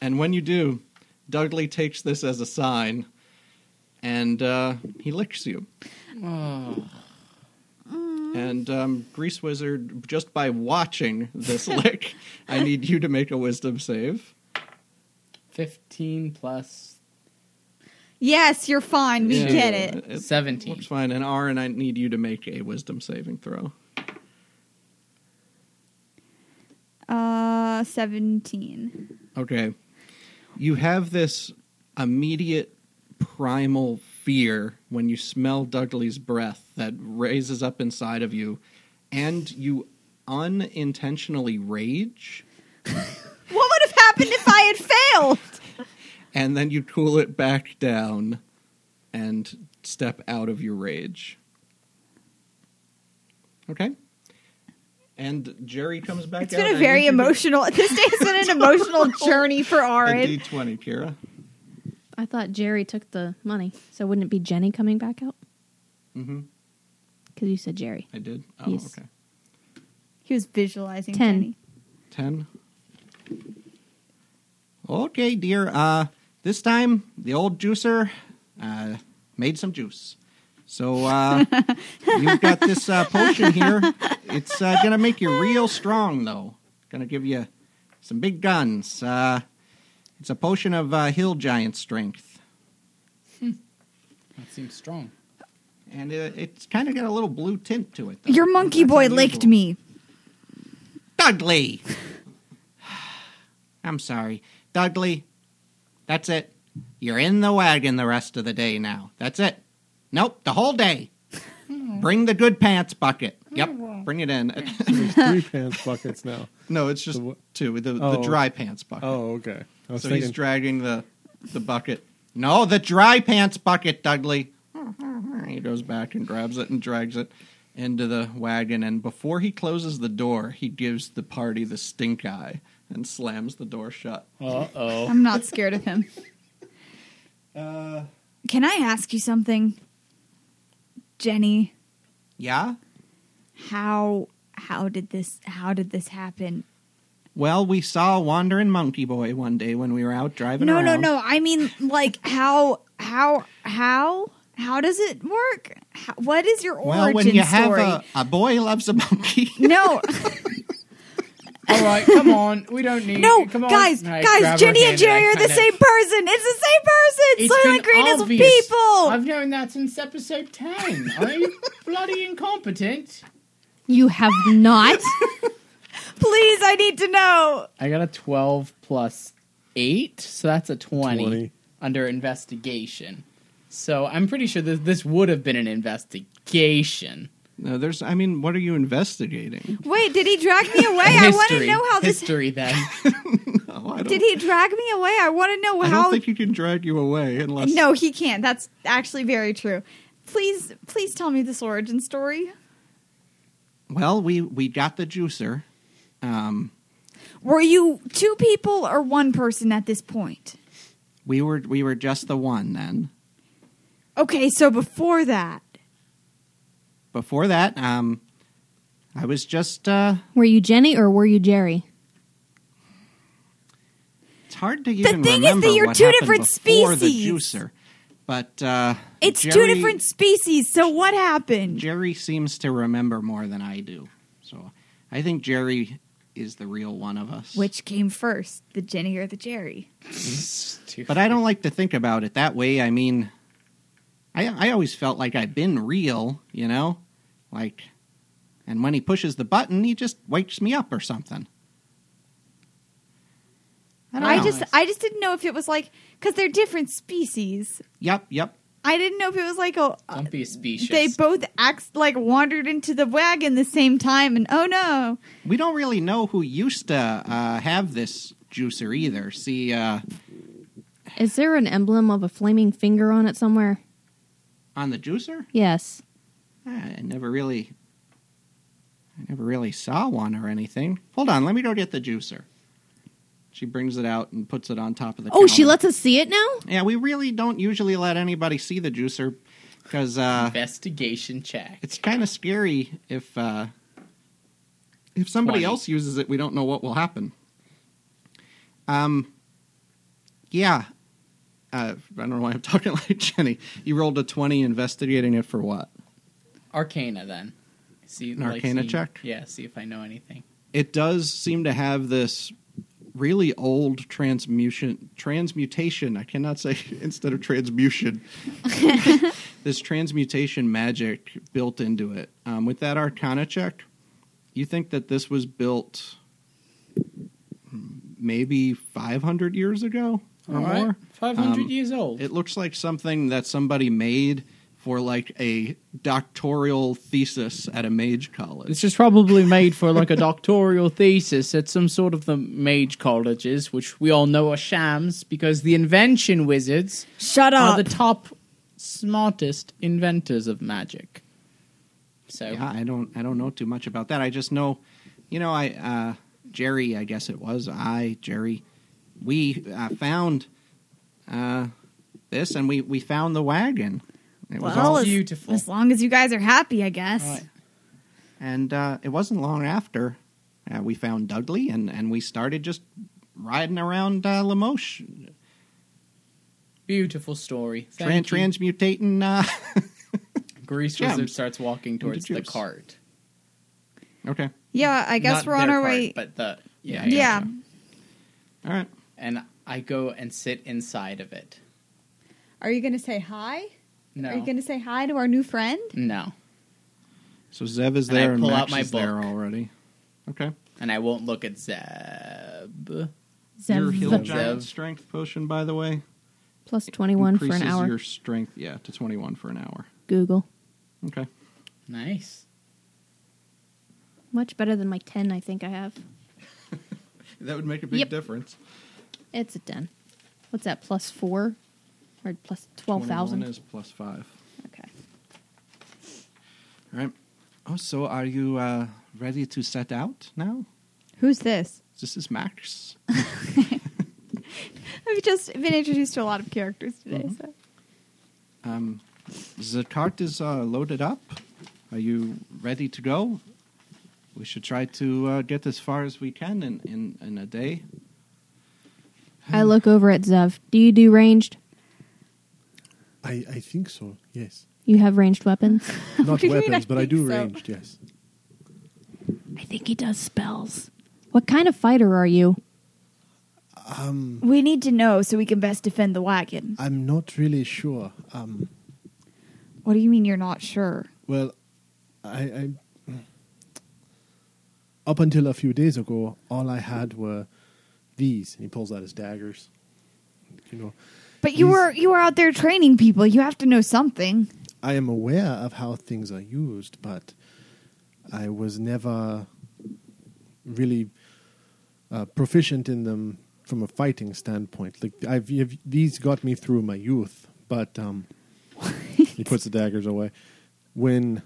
S1: And when you do, Dudley takes this as a sign and uh, he licks you. And um, Grease Wizard, just by watching this lick, I need you to make a wisdom save.
S6: 15 plus
S7: Yes, you're fine. We
S1: Yeah.
S7: get it.
S1: It
S6: 17.
S1: works fine. And Aaron, I need you to make a wisdom saving throw.
S7: Uh, 17.
S1: Okay. You have this immediate primal fear when you smell Dudley's breath that raises up inside of you, and you unintentionally rage,
S7: What would have happened if I had failed?
S1: and then you cool it back down and step out of your rage. Okay? And Jerry comes back
S7: It's
S1: out.
S7: been
S1: I
S7: a very
S1: need you to-
S7: emotional. This day's been an emotional journey for
S1: A
S7: Arin.
S1: D20, Kira.
S2: I thought Jerry took the money. So wouldn't it be Jenny coming back out?
S1: Mm-hmm.
S2: Because you said Jerry.
S1: I did. Oh,
S2: Yes.
S1: okay.
S7: He was visualizing.
S2: Ten.
S7: Jenny.
S1: 10. Okay, dear. Uh, this time the old juicer uh, made some juice. So uh, you've got this uh, potion here. It's uh, gonna make you real strong, though. Gonna give you some big guns. Uh, it's a potion of uh, hill giant strength,
S6: That seems strong.
S1: and uh, it's kind of got a little blue tint to it. Though.
S7: Your monkey
S1: That's
S7: boy
S1: unusual.
S7: licked me.
S1: Dudley. I'm sorry. Dudley, that's it. You're in the wagon the rest of the day now. That's it. Nope, the whole day. Bring the good pants bucket. Yep, bring it in.
S5: There's three pants buckets now.
S1: no, it's just
S5: The wha-
S1: two. The, the
S5: Oh.
S1: dry pants bucket.
S5: Oh, okay. I was
S1: so
S5: thinking
S1: he's dragging the the bucket. No, the dry pants bucket, Dudley. He goes back and grabs it and drags it into the wagon. And before he closes the door, he gives the party the stink eye and slams the door shut.
S6: Uh oh.
S4: I'm not scared of him.
S1: Uh,
S7: Can I ask you something, Jenny?
S1: Yeah?
S7: How
S4: how did this how did this happen?
S1: Well, we saw wandering monkey boy one day when we were out driving
S4: No,
S1: around.
S4: no, no. I mean like how how how how does it work? How, what is your
S1: Well,
S4: origin
S1: when you
S4: story?
S1: have a, a boy loves a monkey.
S4: no,
S6: All right, come on. We don't need.
S4: no,
S6: come on.
S4: guys,
S6: Hey,
S4: guys,
S6: grab
S4: Jenny
S6: our hand
S4: and Jerry are
S6: and
S4: the
S6: kinda-
S4: same person. It's the same person.
S6: It's
S4: Soylent
S6: been
S4: Green is
S6: obvious.
S4: people.
S6: I've known that since episode ten. Are you bloody incompetent?
S2: You have not.
S4: Please, I need to know.
S6: I got a twelve plus eight, so that's a 20,
S5: 20.
S6: under investigation. So I'm pretty sure that this would have been an investigation.
S1: No, there's. I mean, what are you investigating?
S4: Wait, did he drag me away? I want to
S6: history.
S4: know how this.
S6: history then.
S1: No, I don't,
S4: Did he drag me away? I want to know
S1: I
S4: how.
S1: don't think you can drag you away unless.
S4: No, he can't. That's actually very true. Please, please tell me this origin story.
S1: Well, we we got the juicer. Um,
S4: Were you two people or one person at this point?
S1: we were we were just the one then.
S4: Okay, so before that,
S1: Before that, um, I was just. Uh,
S2: were you Jenny or were you Jerry?
S1: it's hard to even
S4: thing is that
S1: remember
S4: you're
S1: what
S4: two
S1: happened
S4: different
S1: before the
S4: species.
S1: juicer, but uh,
S4: it's two
S1: Jerry-
S4: different species. So what happened?
S1: Jerry seems to remember more than I do, so I think Jerry is the real one of us.
S4: Which came first, the Jenny or the Jerry?
S1: But I don't like to think about it that way. I mean, I I always felt like I've been real, you know, like, and when he pushes the button, he just wakes me up or something. I don't
S4: I
S1: know.
S4: just, I just didn't know if it was like because they're different species.
S1: yep, yep.
S4: I didn't know if it was like a
S6: Don't be specious.
S4: they both acts like wandered into the wagon the same time, and oh no,
S1: We don't really know who used to uh, have this juicer either. See, uh,
S2: Is there an emblem of a flaming finger on it somewhere?
S1: on the juicer,
S2: Yes.
S1: I never really, I never really saw one or anything. Hold on, let me go get the juicer. She brings it out and puts it on top of the.
S2: Oh, she
S1: counter.
S2: lets us see it now?
S1: Yeah, we really don't usually let anybody see the juicer because uh,
S6: Investigation check.
S1: it's kind of scary if uh, if somebody
S6: 20.
S1: else uses it. We don't know what will happen. Um, yeah, uh, I don't know why I'm talking like Jenny. You rolled a twenty, investigating it for what?
S6: Arcana then. See
S1: An arcana
S6: see-
S1: check?
S6: Yeah, see if I know anything.
S1: It does seem to have this really old transmutation transmutation. I cannot say instead of transmutation. this transmutation magic built into it. Um, with that Arcana check, you think that this was built hmm, maybe 500 years ago or
S6: All right,
S1: more?
S6: 500
S1: Um,
S6: years old.
S1: It looks like something that somebody made for like a doctoral thesis at a mage college.
S6: This is probably made for like a doctoral thesis at some sort of the mage colleges, which we all know are shams because the invention wizards
S4: shut
S6: are the top smartest inventors of magic. So
S1: Yeah, I don't I don't know too much about that. I just know, you know, I uh, Jerry, I guess it was I Jerry. We uh, found uh, this, and we we found the wagon. It was
S4: Well,
S1: all,
S4: as-
S6: beautiful.
S4: As long as you guys are happy, I guess.
S6: Right.
S1: and uh, it wasn't long after uh, we found Dudley, and and we started just riding around uh, Lamoche,
S6: beautiful story.
S1: tran-
S6: Thank you.
S1: transmutating. Uh,
S6: Grease
S1: Gems.
S6: Wizard starts walking towards the
S1: gems.
S6: cart.
S1: okay,
S4: Yeah, I guess
S6: Not
S4: we're on
S6: their
S4: our
S6: cart,
S4: way.
S6: But the yeah,
S4: yeah.
S1: all right.
S6: And I go and sit inside of it.
S8: Are you going to say hi?
S6: No,
S8: Are you going to say hi to our new friend?
S6: no,
S1: So Zev is
S6: And I
S1: there, and,
S6: pull
S1: Max
S6: out my
S1: is there
S6: book.
S1: already. Okay,
S6: and I won't look at Zeb.
S1: your heal
S2: Zev.
S1: giant
S6: Zev.
S1: strength potion, by the way.
S2: Plus 21 for an
S1: increases
S2: hour.
S1: your strength, yeah, to 21 for an hour.
S2: Google.
S1: Okay.
S6: Nice.
S2: Much better than my 10 I think I have.
S1: That would make a
S2: big Yep.
S1: difference.
S2: It's a 10. What's that, plus 4? Or plus 12,000?
S1: is plus 5.
S2: Okay.
S1: All right. Oh, so are you uh, ready to set out now?
S8: Who's this?
S1: This is Max.
S8: I've just been introduced to a lot of characters today.
S6: Mm-hmm.
S8: So.
S1: Um, the cart is uh, loaded up. Are you ready to go? we should try to uh, get as far as we can in, in, in a day.
S2: I look over at Zev. Do you do ranged?
S5: I, I think so, yes.
S2: You have ranged weapons?
S5: Not
S4: do you mean,
S5: weapons,
S4: I
S5: but I do
S4: think so?
S5: ranged, yes.
S2: I think he does spells. What kind of fighter are you?
S7: We need to know so we can best defend the wagon.
S5: I'm not really sure. Um,
S4: What do you mean you're not sure?
S5: well, I, I. Up until a few days ago, all I had were these. And he pulls out his daggers. You know,
S4: But you
S5: He's-
S4: were you were out there training people. You have to know something.
S5: I am aware of how things are used, but I was never really uh, proficient in them from a fighting standpoint. Like I've, I've- these got me through my youth, but um, he puts the daggers away. When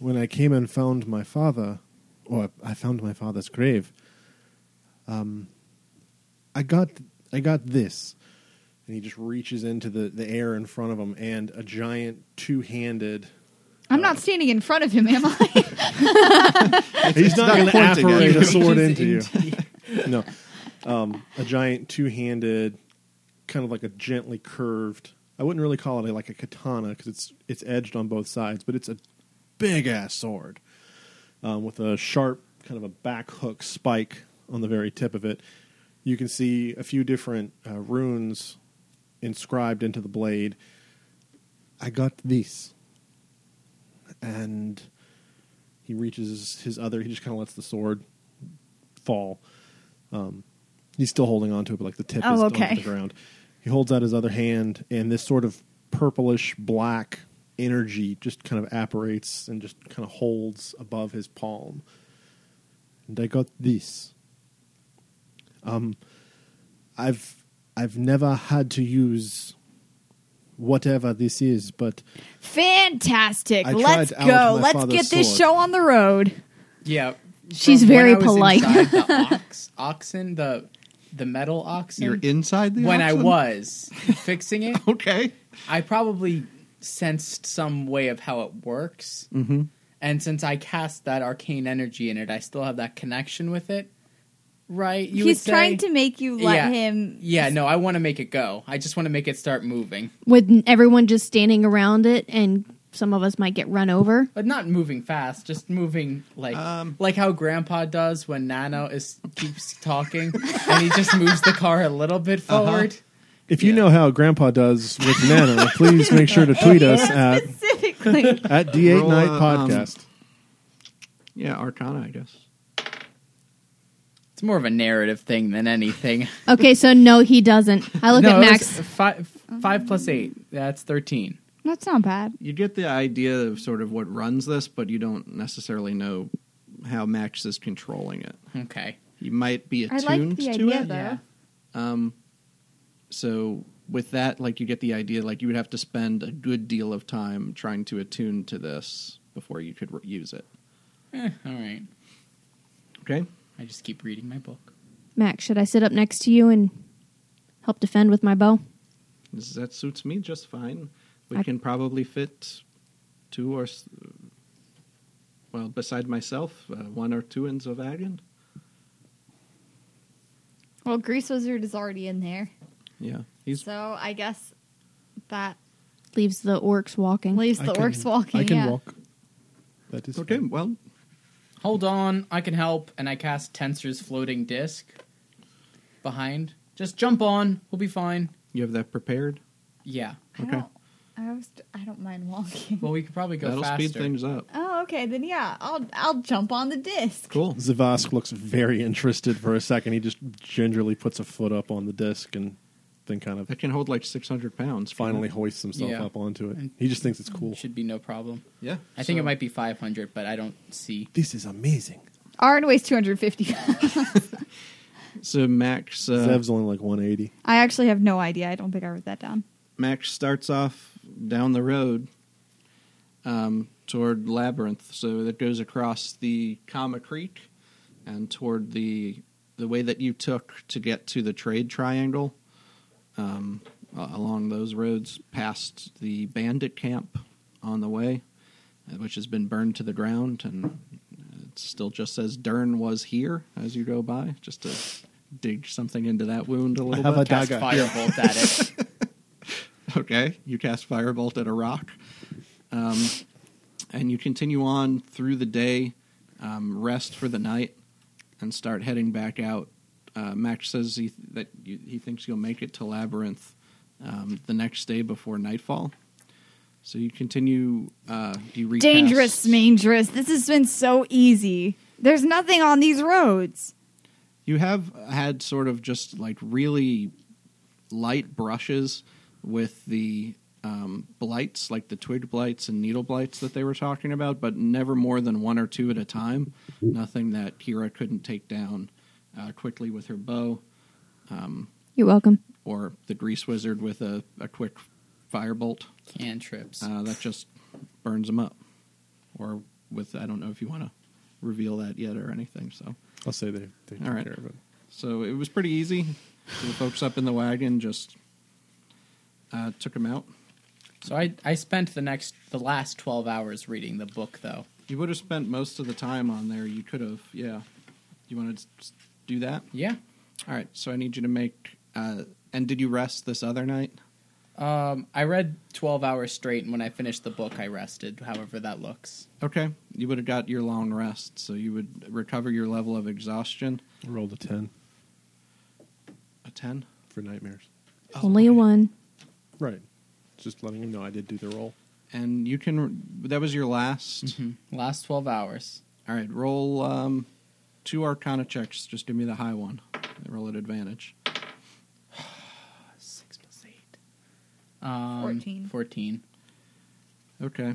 S5: when I came and found my father, or I found my father's grave, um, I got I got this and he just reaches into the, the air in front of him and a giant two-handed
S4: I'm not standing in front of him, am I?
S5: he's not,
S1: not
S5: going to
S1: pointing at
S5: apparate
S1: you.
S5: a sword into you no um, a giant two-handed kind of like a gently curved i wouldn't really call it a, like a katana because it's it's edged on both sides but it's a big ass sword um, with a sharp kind of a back hook spike on the very tip of it you can see a few different uh, runes inscribed into the blade i got this and he reaches his other he just kind of lets the sword fall um, he's still holding on to it but like the tip
S7: Oh,
S5: is
S7: okay.
S5: on the ground he holds out his other hand and this sort of purplish black energy just kind of apparates and just kind of holds above his palm and i got this um, i've i've never had to use whatever this is but
S7: Fantastic.
S5: I
S7: Let's
S5: tried out
S7: go.
S5: my
S7: Let's
S5: father's
S7: get this
S5: sword.
S7: show on the road.
S6: Yeah.
S2: She's
S6: from when
S2: very
S6: I was
S2: polite.
S6: inside The ox, oxen, the the metal oxen.
S1: You're inside the
S6: when I
S1: oxen?
S6: was fixing it,
S1: okay.
S6: I probably sensed some way of how it works. Mm-hmm. And since I cast that arcane energy in it, I still have that connection with it. Right? You
S7: He's
S6: would say?
S7: trying to make you let
S6: Yeah.
S7: him.
S6: Yeah, no, I want to make it go. I just want to make it start moving.
S2: With n- everyone just standing around it and some of us might get run over?
S6: But not moving fast, just moving like
S1: Um.
S6: like how grandpa does when Nano is keeps talking and he just moves the car a little bit
S1: Uh-huh.
S6: forward.
S5: If you know how Grandpa does with Nano, please make sure to tweet us at
S7: Specifically.
S5: at D8
S1: Roll,
S5: Night
S1: uh,
S5: Podcast.
S1: Yeah, Arcana, I guess.
S6: It's more of a narrative thing than anything.
S2: Okay, so no, he doesn't. I look
S6: no,
S2: at
S6: it
S2: Max. Mm-hmm.
S6: was Five, five plus eight. That's 13.
S4: That's not bad.
S1: You get the idea of sort of what runs this, but you don't necessarily know how Max is controlling it.
S6: Okay.
S1: You might be
S4: I
S1: attuned
S4: like the
S1: to
S4: idea
S1: it.
S4: though.
S6: Yeah.
S1: Um, so with that, like you get the idea, like you would have to spend a good deal of time trying to attune to this before you could re- use it.
S6: Eh, all right.
S1: Okay.
S6: I just keep reading my book.
S2: Max, should I sit up next to you and help defend with my bow?
S1: This- That suits me just fine. We
S2: I-
S1: can probably fit two or, s- well, beside myself, uh, one or two in Zovagan.
S4: Well, Grease Wizard is already in there,
S1: Yeah. He's
S4: so I guess that
S2: Leaves the orcs walking.
S4: leaves the
S5: I can-
S4: orcs walking.
S5: I can
S4: yeah.
S5: walk. That is
S1: okay.
S5: fine.
S1: Well,
S6: Hold on. I can help. And I cast Tensor's floating disc behind. Just jump on. We'll be fine.
S1: you have that prepared.
S6: Yeah.
S4: I
S1: Okay.
S4: don't, I, was, I don't mind walking.
S6: Well, we could probably go
S1: That'll
S6: faster.
S1: speed things up.
S4: Oh, okay. Then yeah, I'll I'll jump on the disc.
S1: Cool.
S5: Zavask looks very interested for a second. He just gingerly puts a foot up on the disc and then kind of
S1: That can hold like 600 pounds. can't
S5: finally
S1: it?
S5: hoists himself
S6: Yeah.
S5: up onto it.
S6: And-
S5: He just thinks it's cool.
S6: Should be no problem.
S1: Yeah.
S6: I think
S1: so-
S6: it might be 500, but I don't see.
S5: This is amazing.
S4: Aaron weighs 250.
S1: So Max. Uh,
S5: Zev's only like 180.
S4: I actually have no idea. I don't think I wrote that down.
S1: Max starts off down the road um, toward Labyrinth, so that goes across the Kama Creek and toward the the way that you took to get to the Trade Triangle um, a- along those roads, past the bandit camp on the way, uh, which has been burned to the ground, and uh, still just says Dern was here as you go by, just to dig something into that wound a little
S5: have
S1: bit.
S5: Daga.
S6: Cast firebolt at it.
S1: Okay, you cast Firebolt at a rock. Um, and you continue on through the day, um, rest for the night, and start heading back out. Uh, Max says he that you, he thinks you'll make it to Labyrinth um, the next day before nightfall. So you continue. Uh, you repass-
S7: Dangerous, dangerous. This has been so easy. There's nothing on these roads.
S1: You have had sort of just like really light brushes with the um, blights, like the twig blights and needle blights that they were talking about, but never more than one or two at a time. Nothing that Kira couldn't take down uh, quickly with her bow,
S2: You're welcome.
S1: or the grease wizard with a, a quick firebolt.
S6: Cantrips.
S1: Uh, that just burns them up. Or with, I don't know if you want to reveal that yet or anything. So.
S5: I'll say they, they took
S1: All right.
S5: care of it.
S1: So it was pretty easy. The folks up in the wagon just uh, took him out.
S6: So I, I spent the next the last twelve hours reading the book though.
S1: You would have spent most of the time on there. You could have, yeah. You want to do that?
S6: Yeah.
S1: All right. So I need you to make. Uh, and did you rest this other night?
S6: Um, I read twelve hours straight, and when I finished the book, I rested. However, that looks.
S1: Okay. You would have got your long rest, so you would recover your level of exhaustion.
S5: Rolled a 10
S1: A ten.
S5: for nightmares.
S2: Only a one.
S5: Right. Just letting him know I did do the roll.
S1: And you can. That was your last.
S6: Last twelve hours.
S1: All right. Roll um, two Arcana checks. Just give me the high one. Roll at advantage.
S6: Six plus eight. Um,
S4: Fourteen.
S6: Fourteen.
S1: Okay.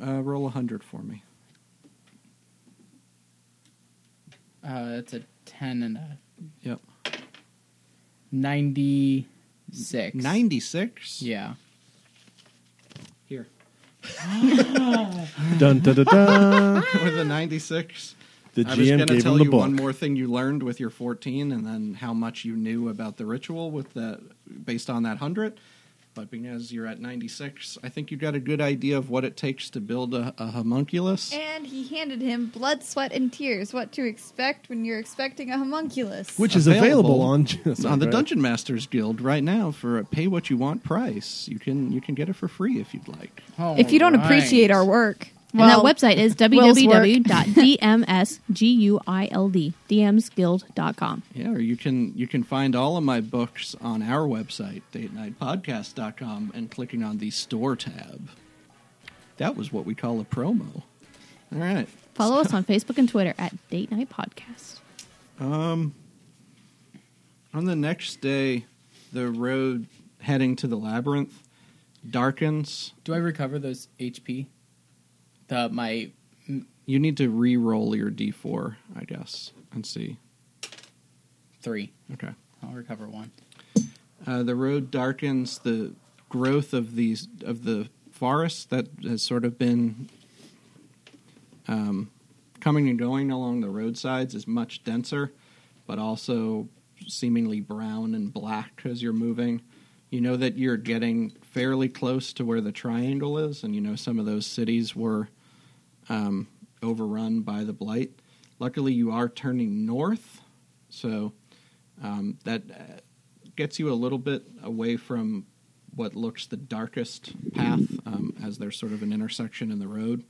S1: Uh, roll 100 for me.
S6: Uh, that's a ten and a
S1: Yep.
S6: ninety-six.
S1: 96?
S6: Yeah.
S1: Here.
S5: Dun dun dun dun.
S1: With a 96?
S5: The
S1: I was
S5: GM
S1: going to
S5: gave
S1: tell
S5: him the
S1: you
S5: book.
S1: one more thing you learned with your 14 and then how much you knew about the ritual with that based on that 100. But because you're at 96, I think you got a good idea of what it takes to build a, a homunculus.
S4: And he handed him blood, sweat, and tears. What to expect when you're expecting a homunculus?
S5: Which is available,
S1: available
S5: on
S1: It's on the Dungeon Masters Guild right now for a pay what you want price. You can you can get it for free if you'd like.
S6: All
S7: If you don't
S6: right.
S7: appreciate our work, well,
S2: and that website is
S7: Will's work.
S2: www.dmsguild, dmsguild.com.
S1: Yeah, or you can you can find all of my books on our website, datenightpodcast.com, and clicking on the store tab. That was what we call a promo. All right.
S2: Follow us on Facebook and Twitter at Date Night Podcast.
S1: um, On the next day, the road heading to the labyrinth darkens.
S6: Do I recover those HP? The my
S1: You need to re-roll your d4, I guess, and see.
S6: three.
S1: Okay.
S6: I'll recover one.
S1: Uh, the road darkens. The growth of these of the forest that has sort of been um, coming and going along the roadsides is much denser, but also seemingly brown and black as you're moving. You know that you're getting fairly close to where the triangle is, and you know some of those cities were um, overrun by the blight. Luckily, you are turning north, so um, that uh, gets you a little bit away from what looks the darkest path um, as there's sort of an intersection in the road.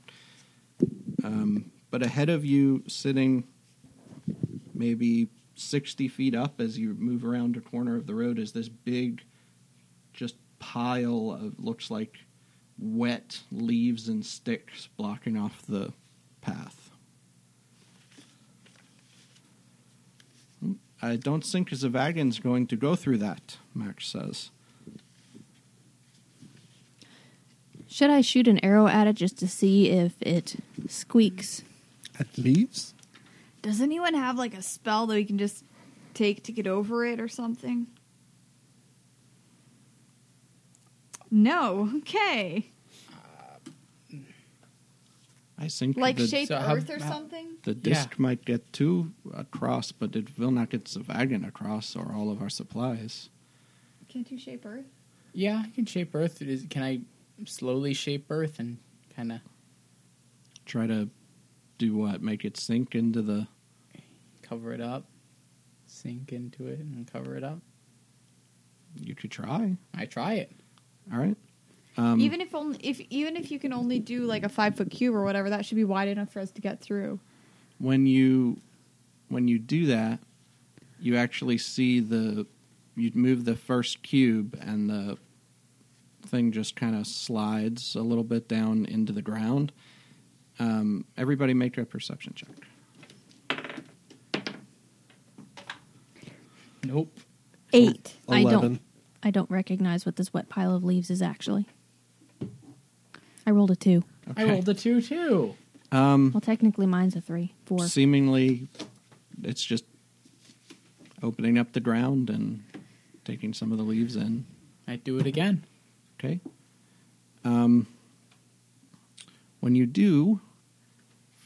S1: Um, but ahead of you, sitting maybe 60 feet up as you move around a corner of the road, is this big, just pile of looks like wet leaves and sticks blocking off the path. I don't think Zavagan's going to go through that, Max says.
S2: Should I shoot an arrow at it just to see if it squeaks?
S5: At leaves?
S7: does anyone have like a spell that we can just take to get over it or something? No. Okay.
S1: I think
S4: like
S1: the,
S4: shape
S6: so how-
S4: earth or
S6: how-
S4: something?
S1: the disc might get two across, but it will not get Zavagan across or all of our supplies.
S4: Can't you shape earth?
S6: Yeah, I can shape Earth. It is- can I slowly shape Earth and kind of
S1: Try to do what? Make it sink into the.
S6: Cover it up, sink into it, and cover it up.
S1: You could try.
S6: I try it.
S1: All right. Um,
S4: even if only if even if you can only do like a five foot cube or whatever, that should be wide enough for us to get through.
S1: when you when you do that, you actually see the you move the first cube and the thing just kind of slides a little bit down into the ground. Um, everybody make a perception check.
S6: Nope.
S7: Eight.
S2: I don't. I don't recognize what this wet pile of leaves is actually. I rolled a two.
S6: I rolled a two too.
S2: Well, technically, mine's a three, four.
S1: Seemingly, it's just opening up the ground and taking some of the leaves in.
S6: I do it again.
S1: Okay. Um, when you do,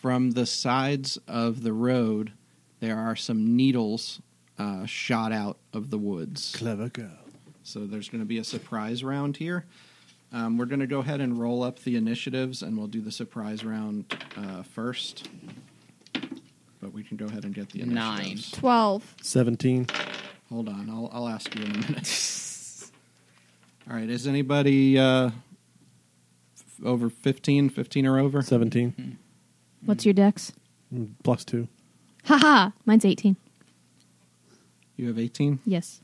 S1: from the sides of the road, there are some needles uh, shot out of the woods.
S5: Clever girl.
S1: So there's going to be a surprise round here. Um, we're going to go ahead and roll up the initiatives, and we'll do the surprise round uh, first. But we can go ahead and get the
S6: Nine.
S1: initiatives.
S4: Twelve.
S5: 17.
S1: Hold on, I'll I'll ask you in a minute. All right, is anybody uh, f- over 15, 15 or over?
S5: 17.
S2: What's your dex?
S5: Mm, Plus 2.
S2: Haha, mine's 18.
S1: You have 18?
S2: Yes.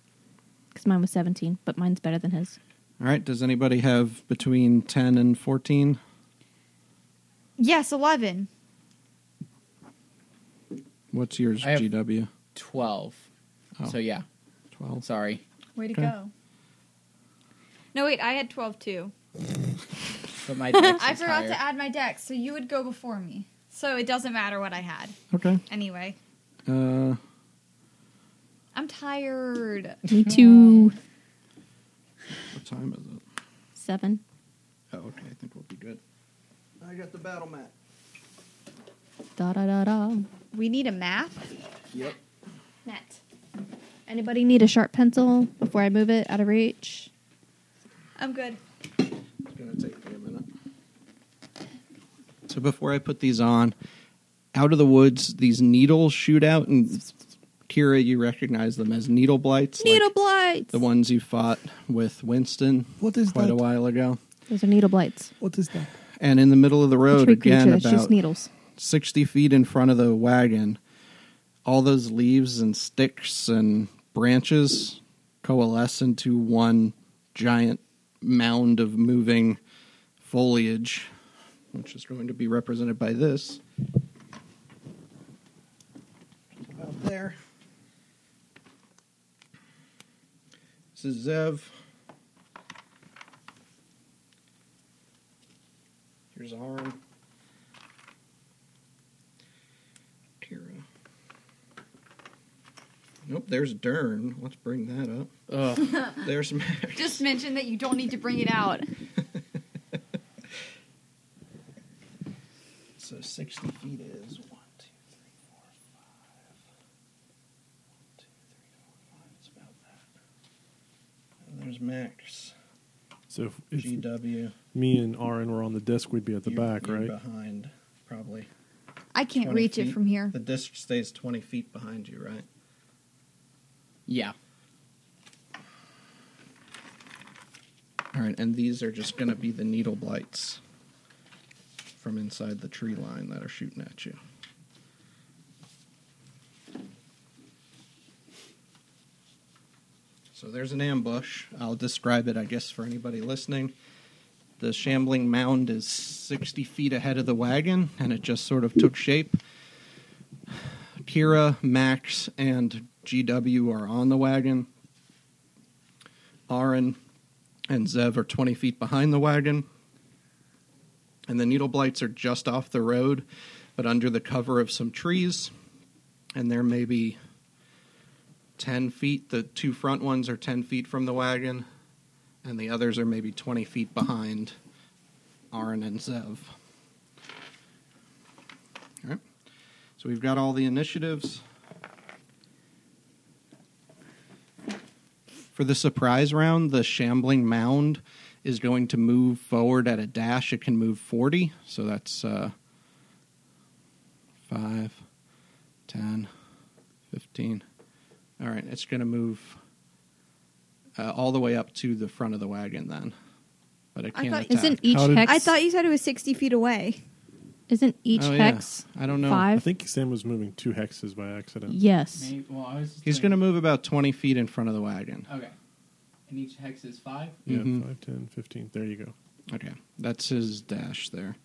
S2: Because mine was 17, but mine's better than his.
S1: All right, does anybody have between 10 and 14?
S4: Yes, eleven.
S1: What's yours,
S6: I have-
S1: GW?
S6: Twelve.
S1: Oh.
S6: So yeah.
S1: 12.
S6: Sorry.
S4: Way to
S1: Okay.
S4: go. No wait, I had twelve too.
S6: But my dex
S4: I
S6: is
S4: forgot
S6: higher.
S4: to add my deck, so you would go before me. So it doesn't matter what I had.
S1: Okay.
S4: Anyway,
S1: Uh,
S4: I'm tired.
S2: Me too.
S1: what time is it?
S2: Seven.
S1: Oh, okay, I think we'll be good. I got the battle map.
S2: Da da da da.
S4: We need a map.
S1: Yep.
S4: Net.
S2: Anybody need a sharp pencil before I move it out of reach?
S4: I'm good.
S1: It's going to take me a minute. So before I put these on, out of the woods, these needles shoot out, and Kira, you recognize them as needle blights. like
S2: Needle blights!
S1: the ones you fought with Winston
S5: What is
S1: quite
S5: that?
S1: a while ago.
S2: Those are needle blights.
S5: What is that?
S1: And in the middle of the
S2: A
S1: road,
S2: tree creature
S1: again,
S2: that shoots
S1: about
S2: needles.
S1: 60 feet in front of the wagon, all those leaves and sticks and branches coalesce into one giant mound of moving foliage, which is going to be represented by this. Out there. This is Zev. Here's Arin. Kira. Nope, there's Dern. Let's bring that up.
S6: Ugh.
S1: There's Max.
S4: Just mention that you don't need to bring it out.
S1: So 60 feet is 1, 2, 3, 4, 5. 1, 2, 3, 4, 5. It's about that. And there's Max.
S5: So if, if
S1: GW.
S5: me and Aaron were on the desk, we'd be at the
S1: you-
S5: back,
S1: you're
S5: right?
S1: Behind, probably.
S4: I can't
S1: 20
S4: reach it
S1: feet.
S4: from here.
S1: The disc stays 20 feet behind you, right?
S6: yeah.
S1: All right, and these are just going to be the needle blights from inside the tree line that are shooting at you. So there's an ambush. I'll describe it, I guess, for anybody listening. The shambling mound is 60 feet ahead of the wagon, and it just sort of took shape. Kira, Max, and GW are on the wagon. Aaron and Zev are 20 feet behind the wagon. And the needle blights are just off the road, but under the cover of some trees. And they're maybe 10 feet. The two front ones are 10 feet from the wagon, and the others are maybe 20 feet behind Arn and Zev. All right. So we've got all the initiatives. For the surprise round, the shambling mound is going to move forward at a dash. It can move 40, so that's uh, 5, 10, 15. All right, it's going to move uh, all the way up to the front of the wagon then. But it
S7: I
S1: can't
S7: thought-
S1: attack.
S2: Isn't each
S5: How did-
S2: hex?
S7: I thought you said it was 60 feet away.
S2: Isn't each
S1: Oh, yeah.
S2: hex?
S1: I don't know.
S5: I
S2: Five.
S5: think Sam was moving two hexes by accident.
S2: Yes.
S6: Maybe, well, I was just
S1: He's going to
S6: doing-
S1: move about 20 feet in front of the wagon.
S6: Okay. And each hex is five.
S5: Yeah,
S1: Mhm.
S5: five, ten, fifteen. There you go.
S1: Okay, that's his dash there.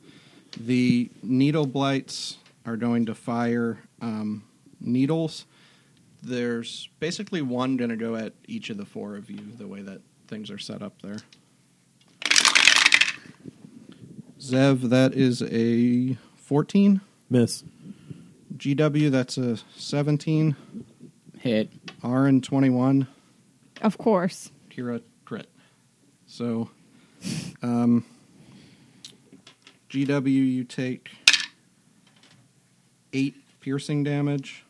S1: The needle blights are going to fire um, needles. There's basically one going to go at each of the four of you, the way that things are set up there. Zev, that is a 14.
S5: Miss.
S1: GW, that's a 17.
S6: Hit.
S1: Aaron, 21.
S4: Of course.
S1: Kira crit. So, um, GW, you take eight piercing damage.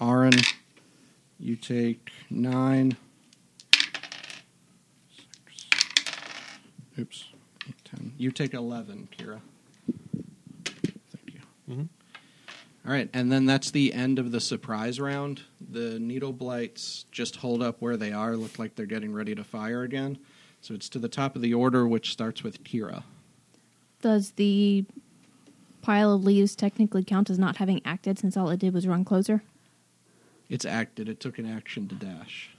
S1: Aaron, you take nine. Six. Oops. Eight, ten. You take 11, Kira. Thank you.
S5: Mhm.
S1: All right, and then that's the end of the surprise round. The needle blights just hold up where they are, look like they're getting ready to fire again. So it's to the top of the order, which starts with Kira.
S2: Does the pile of leaves technically count as not having acted since all it did was run closer?
S1: It's acted, it took an action to dash.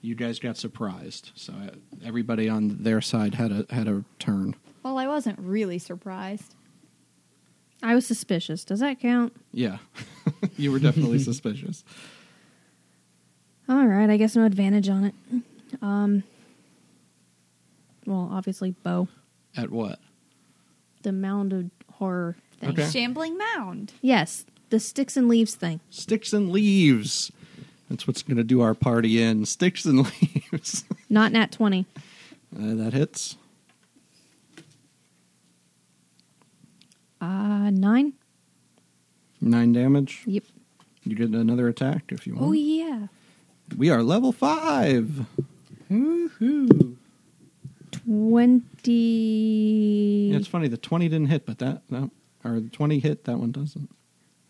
S1: You guys got surprised, so uh, everybody on their side had a had a turn.
S4: Well, I wasn't really surprised.
S2: I was suspicious. Does that count?
S1: Yeah, you were definitely suspicious.
S2: All right. I guess no advantage on it. Um. Well, obviously, bow.
S1: At what?
S2: The mound of horror thing.
S1: Okay.
S7: Shambling Mound.
S2: Yes, the sticks and leaves thing.
S1: Sticks and leaves. That's what's going to do our party in. Sticks and leaves.
S2: Not nat twenty.
S1: Uh, that hits.
S2: Uh nine.
S1: Nine damage.
S2: Yep.
S1: You get another attack if you want.
S2: Oh yeah.
S1: We are level five.
S6: Woohoo.
S2: Twenty.
S1: Yeah, it's funny. The twenty didn't hit, but that no, or the twenty hit. That one doesn't.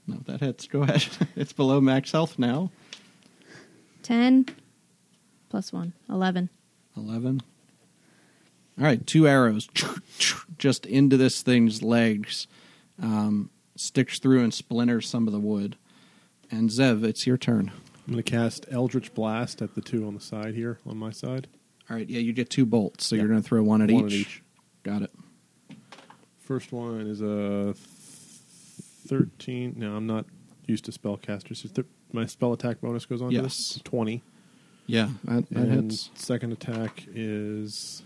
S1: No, that hits. Go ahead. it's below max health now.
S2: 10 plus 1 11
S1: Eleven. All right, two arrows just into this thing's legs, um, sticks through and splinters some of the wood. And Zev, it's your turn.
S5: I'm going to cast Eldritch Blast at the two on the side here, on my side.
S1: All right, yeah, you get two bolts, so
S5: Yeah.
S1: you're going to throw one at
S5: One
S1: each.
S5: at each.
S1: Got it.
S5: First one is a th- 13. No, I'm not used to spellcasters. Is there- my spell attack bonus goes on to
S1: Yes.
S5: this? 20.
S1: Yeah, that, that
S5: and
S1: hits.
S5: second attack is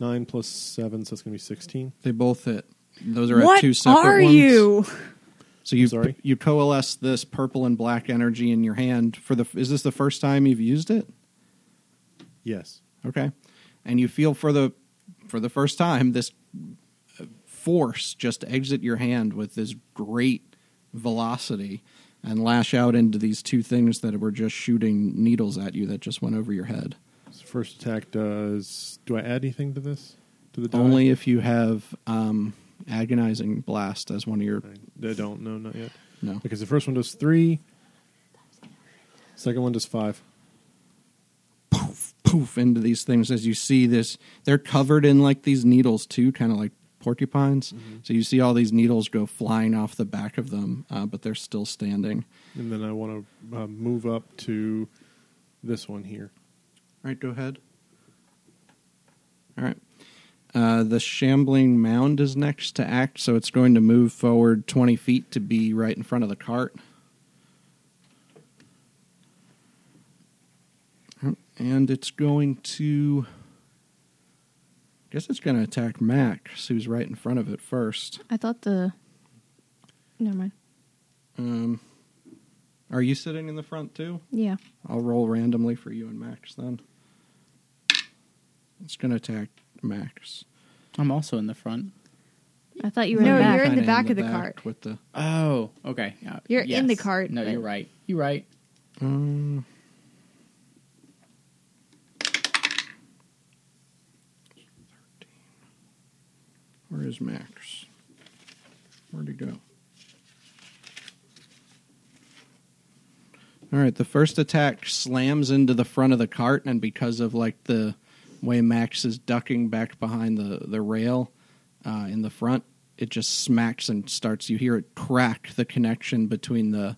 S5: 9 plus 7, so it's going to be 16.
S1: They both hit. Those are at
S7: What
S1: two separate
S7: are
S1: ones.
S7: you?
S1: So you
S5: Sorry?
S1: you coalesce this purple and black energy in your hand for the. Is this the first time you've used it?
S5: Yes.
S1: Okay, and you feel for the for the first time this uh, force just exit your hand with this great velocity and lash out into these two things that were just shooting needles at you that just went over your head.
S5: So first attack does. Do I add anything to this? To the die?
S1: Only if you have um, agonizing blast as one of your
S5: I don't. No, not yet.
S1: no.
S5: Because the first one does three, second one does five.
S1: poof, poof into these things as you see this. They're covered in like these needles too, kind of like porcupines. So you see all these needles go flying off the back of them, uh, but they're still standing.
S5: And then I want to uh, move up to this one here.
S1: All right, go ahead. All right. Uh, the shambling mound is next to act, so it's going to move forward 20 feet to be right in front of the cart. And it's going to. I guess it's going to attack Max, who's right in front of it first.
S2: i thought the never mind
S1: Um, are you sitting in the front too?
S2: yeah
S1: I'll roll randomly for you and Max then. It's going to attack Max.
S6: I'm also in the front.
S2: i thought you were in
S4: No,
S2: the back.
S4: you're in the
S1: Kinda
S4: back of the cart.
S1: With the,
S6: Oh, okay. Uh,
S4: You're in the cart,
S6: No,
S4: but-
S6: you're right. You're right.
S1: um, where Where's Max? Where'd he go? All right, the first attack slams into the front of the cart, and because of like the way Max is ducking back behind the the rail uh, in the front, it just smacks and starts. You hear it crack the connection between the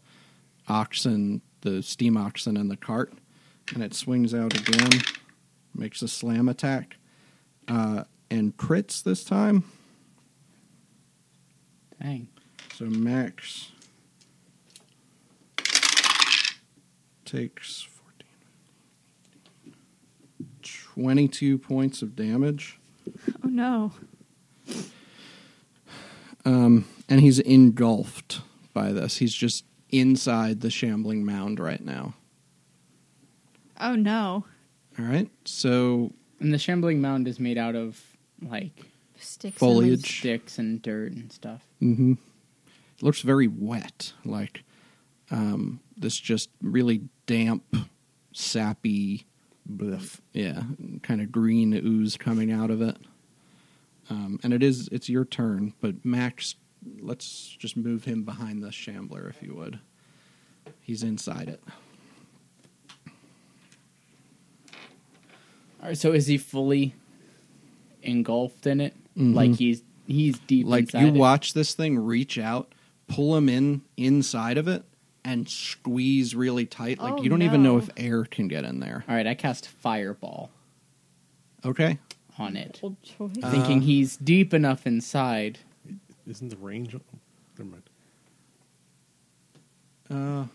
S1: oxen, the steam oxen, and the cart, and it swings out again, makes a slam attack, uh, and crits this time.
S6: Dang.
S1: So Max takes 14, 22 points of damage.
S2: Oh no.
S1: Um, and he's engulfed by this. He's just inside the shambling mound right now.
S4: Oh no.
S1: All right. So
S6: And the shambling mound is made out of like
S2: Sticks and leaves.
S1: foliage.
S6: sticks and dirt and stuff.
S1: Mm-hmm. It looks very wet, like um, this just really damp, sappy,
S5: Bluff.
S1: yeah, kind of green ooze coming out of it. Um, and it is it's your turn, but Max, let's just move him behind the shambler if you would. He's inside it.
S6: All right, so is he fully engulfed in it?
S1: Mhm.
S6: Like he's he's deep
S1: Like
S6: inside
S1: you
S6: it?
S1: watch this thing reach out, pull him in inside of it, and squeeze really tight. Like
S2: Oh,
S1: you don't even know
S2: no.
S1: if air can get in there.
S6: All right, I cast fireball
S1: Okay.
S6: on it,
S4: Old choice.
S1: Uh.
S6: thinking he's deep enough inside.
S5: Isn't the range? Never mind.
S1: Uh,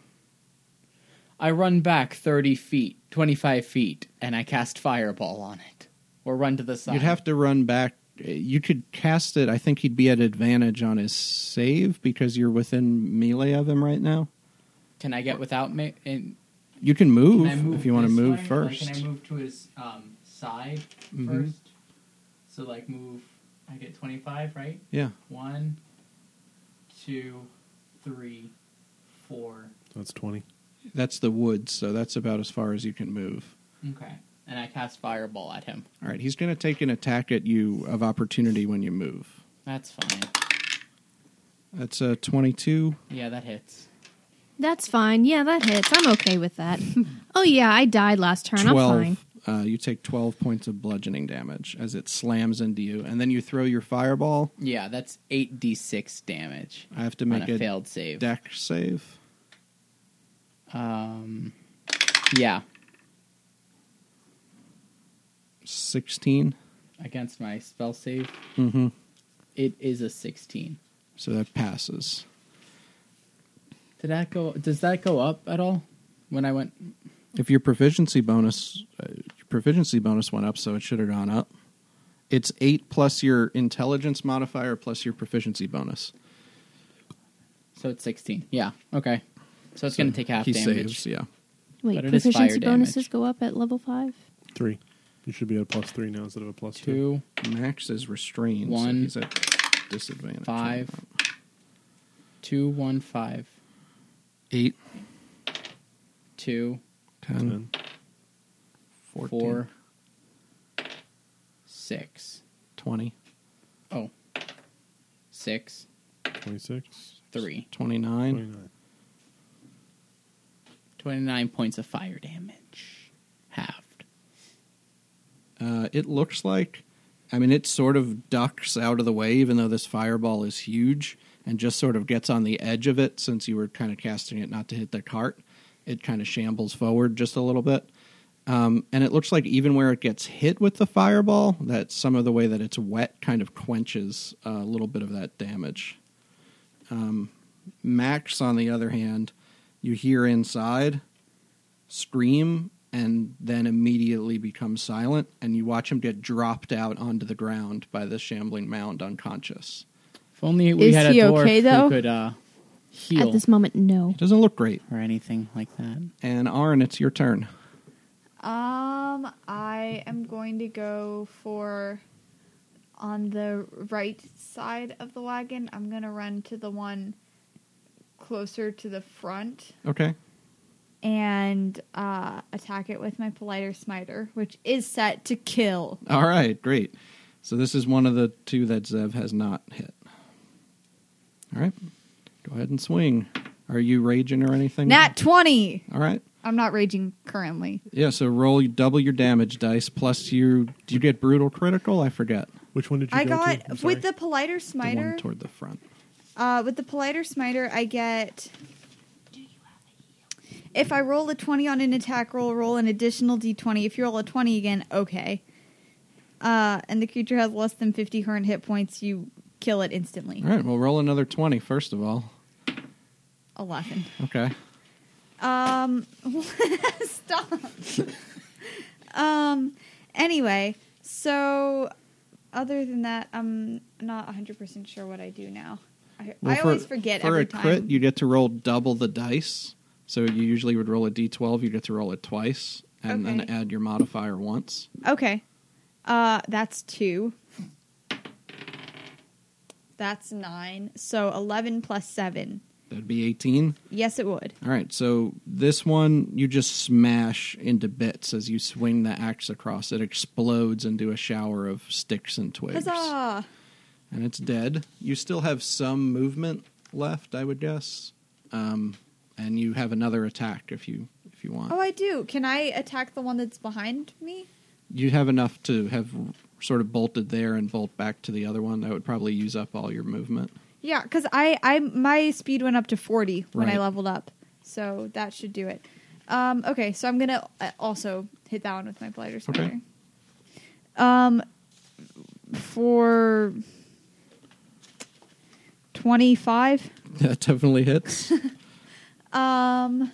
S6: I run back thirty feet, twenty five feet, and I cast fireball on it, or run to the side.
S1: You'd have to run back. You could cast it. I think he'd be at advantage on his save because you're within melee of him right now.
S6: Can I get without me? And
S1: You can move,
S6: can I move
S1: if you want to
S6: this
S1: move
S6: way? Like,
S1: first.
S6: can I move to his um, side
S1: Mhm.
S6: first? So like move. I get twenty five, right?
S1: Yeah.
S6: One, two, three, four.
S5: That's twenty.
S1: That's the woods, so that's about as far as you can move.
S6: Okay. And I cast fireball at him.
S1: All right, he's going to take an attack at you of opportunity when you move.
S6: That's fine.
S1: That's a 22.
S6: Yeah, that hits.
S2: That's fine. Yeah, that hits. I'm okay with that. oh yeah, I died last turn. I'm
S1: 12.
S2: fine.
S1: Uh, you take 12 points of bludgeoning damage as it slams into you, and then you throw your fireball.
S6: Yeah, that's eight d six damage
S1: I have to
S6: on
S1: make
S6: a
S1: a
S6: failed save.
S1: deck save.
S6: um, yeah,
S1: 16.
S6: against my spell save,
S1: Mm-hmm.
S6: it is a sixteen.
S1: So that passes.
S6: Did that go? Does that go up at all? When I went,
S1: If your proficiency bonus, uh, your proficiency bonus went up, so it should have gone up. It's eight plus your intelligence modifier plus your proficiency bonus.
S6: so it's sixteen. Yeah. Okay. So it's gonna take half
S1: he
S6: damage.
S1: saves, yeah.
S2: Wait,
S6: But it is fire
S2: proficiency bonuses
S6: damage.
S2: go up at level five.
S5: Three. You should be at a plus three now instead of a plus two.
S6: Two.
S1: Max is restrained,
S6: One,
S1: so he's at disadvantage.
S6: five. Two one five
S1: eight,
S6: two
S1: ten,
S5: Ten.
S1: 14,
S6: four six
S1: 20,
S6: oh six
S5: 26.
S6: three
S1: 29.
S5: 29.
S6: 29 points of fire damage halved
S1: Uh, it looks like, I mean, it sort of ducks out of the way, even though this fireball is huge, and just sort of gets on the edge of it since you were kind of casting it not to hit the cart. It kind of shambles forward just a little bit. Um, and it looks like even where it gets hit with the fireball, that some of the way that it's wet kind of quenches a little bit of that damage. Um, Max, on the other hand, you hear inside scream and then immediately become silent and you watch him get dropped out onto the ground by the shambling mound unconscious
S6: if only we
S4: Is
S6: had
S4: he
S6: a dwarf
S4: okay, though?
S6: who could uh, heal
S2: At this moment, no.
S1: it doesn't look great
S6: or anything like that
S1: and Arn, it's your turn
S4: Um, I am going to go for on the right side of the wagon. I'm going to run to the one closer to the front
S1: okay
S4: and uh, attack it with my politer smiter, which is set to kill.
S1: all right great So this is one of the two that Zev has not hit. All right. Go ahead and swing. Are you raging or anything?
S9: Nat 20.
S1: All right.
S9: I'm not raging currently.
S1: Yeah, so roll double your damage dice plus you do you get brutal critical? I forget.
S5: Which one did you
S4: I
S5: go
S4: got
S5: to? I'm sorry.
S4: with the politer
S1: The
S4: smiter.
S1: one toward the front.
S4: uh, with the politer smiter, I get. If I roll a twenty on an attack roll, roll an additional d twenty. If you roll a twenty again, okay. Uh, and the creature has less than fifty current hit points. You kill it instantly.
S1: All right, well roll another 20 first of all.
S4: Eleven.
S1: Okay.
S4: Um, stop. um, anyway, so other than that, I'm not 100% sure what I do now. I, I
S1: Well, for-
S4: always forget
S1: for
S4: every
S1: a
S4: time.
S1: crit. You get to roll double the dice. So you usually would roll a d12. You get to roll it twice and then
S4: Okay.
S1: add your modifier once.
S4: okay. Uh, that's two. That's nine. So 11 plus seven.
S1: That'd be 18.
S4: Yes, it would.
S1: All right, so this one you just smash into bits as you swing the axe across. It explodes into a shower of sticks and twigs,
S4: Huzzah!
S1: and it's dead. You still have some movement left, I would guess, um, and you have another attack if you if you want.
S4: Oh, I do. Can I attack the one that's behind me?
S1: you have enough to have sort of bolted there and bolt back to the other one. That would probably use up all your movement.
S4: Yeah, because I, I my speed went up to forty when I
S1: Right.
S4: leveled up, so that should do it. Um, okay, so I'm gonna uh, also hit that one with my blighter spider.
S1: Okay.
S4: Um, for twenty five.
S1: That definitely hits.
S4: Um,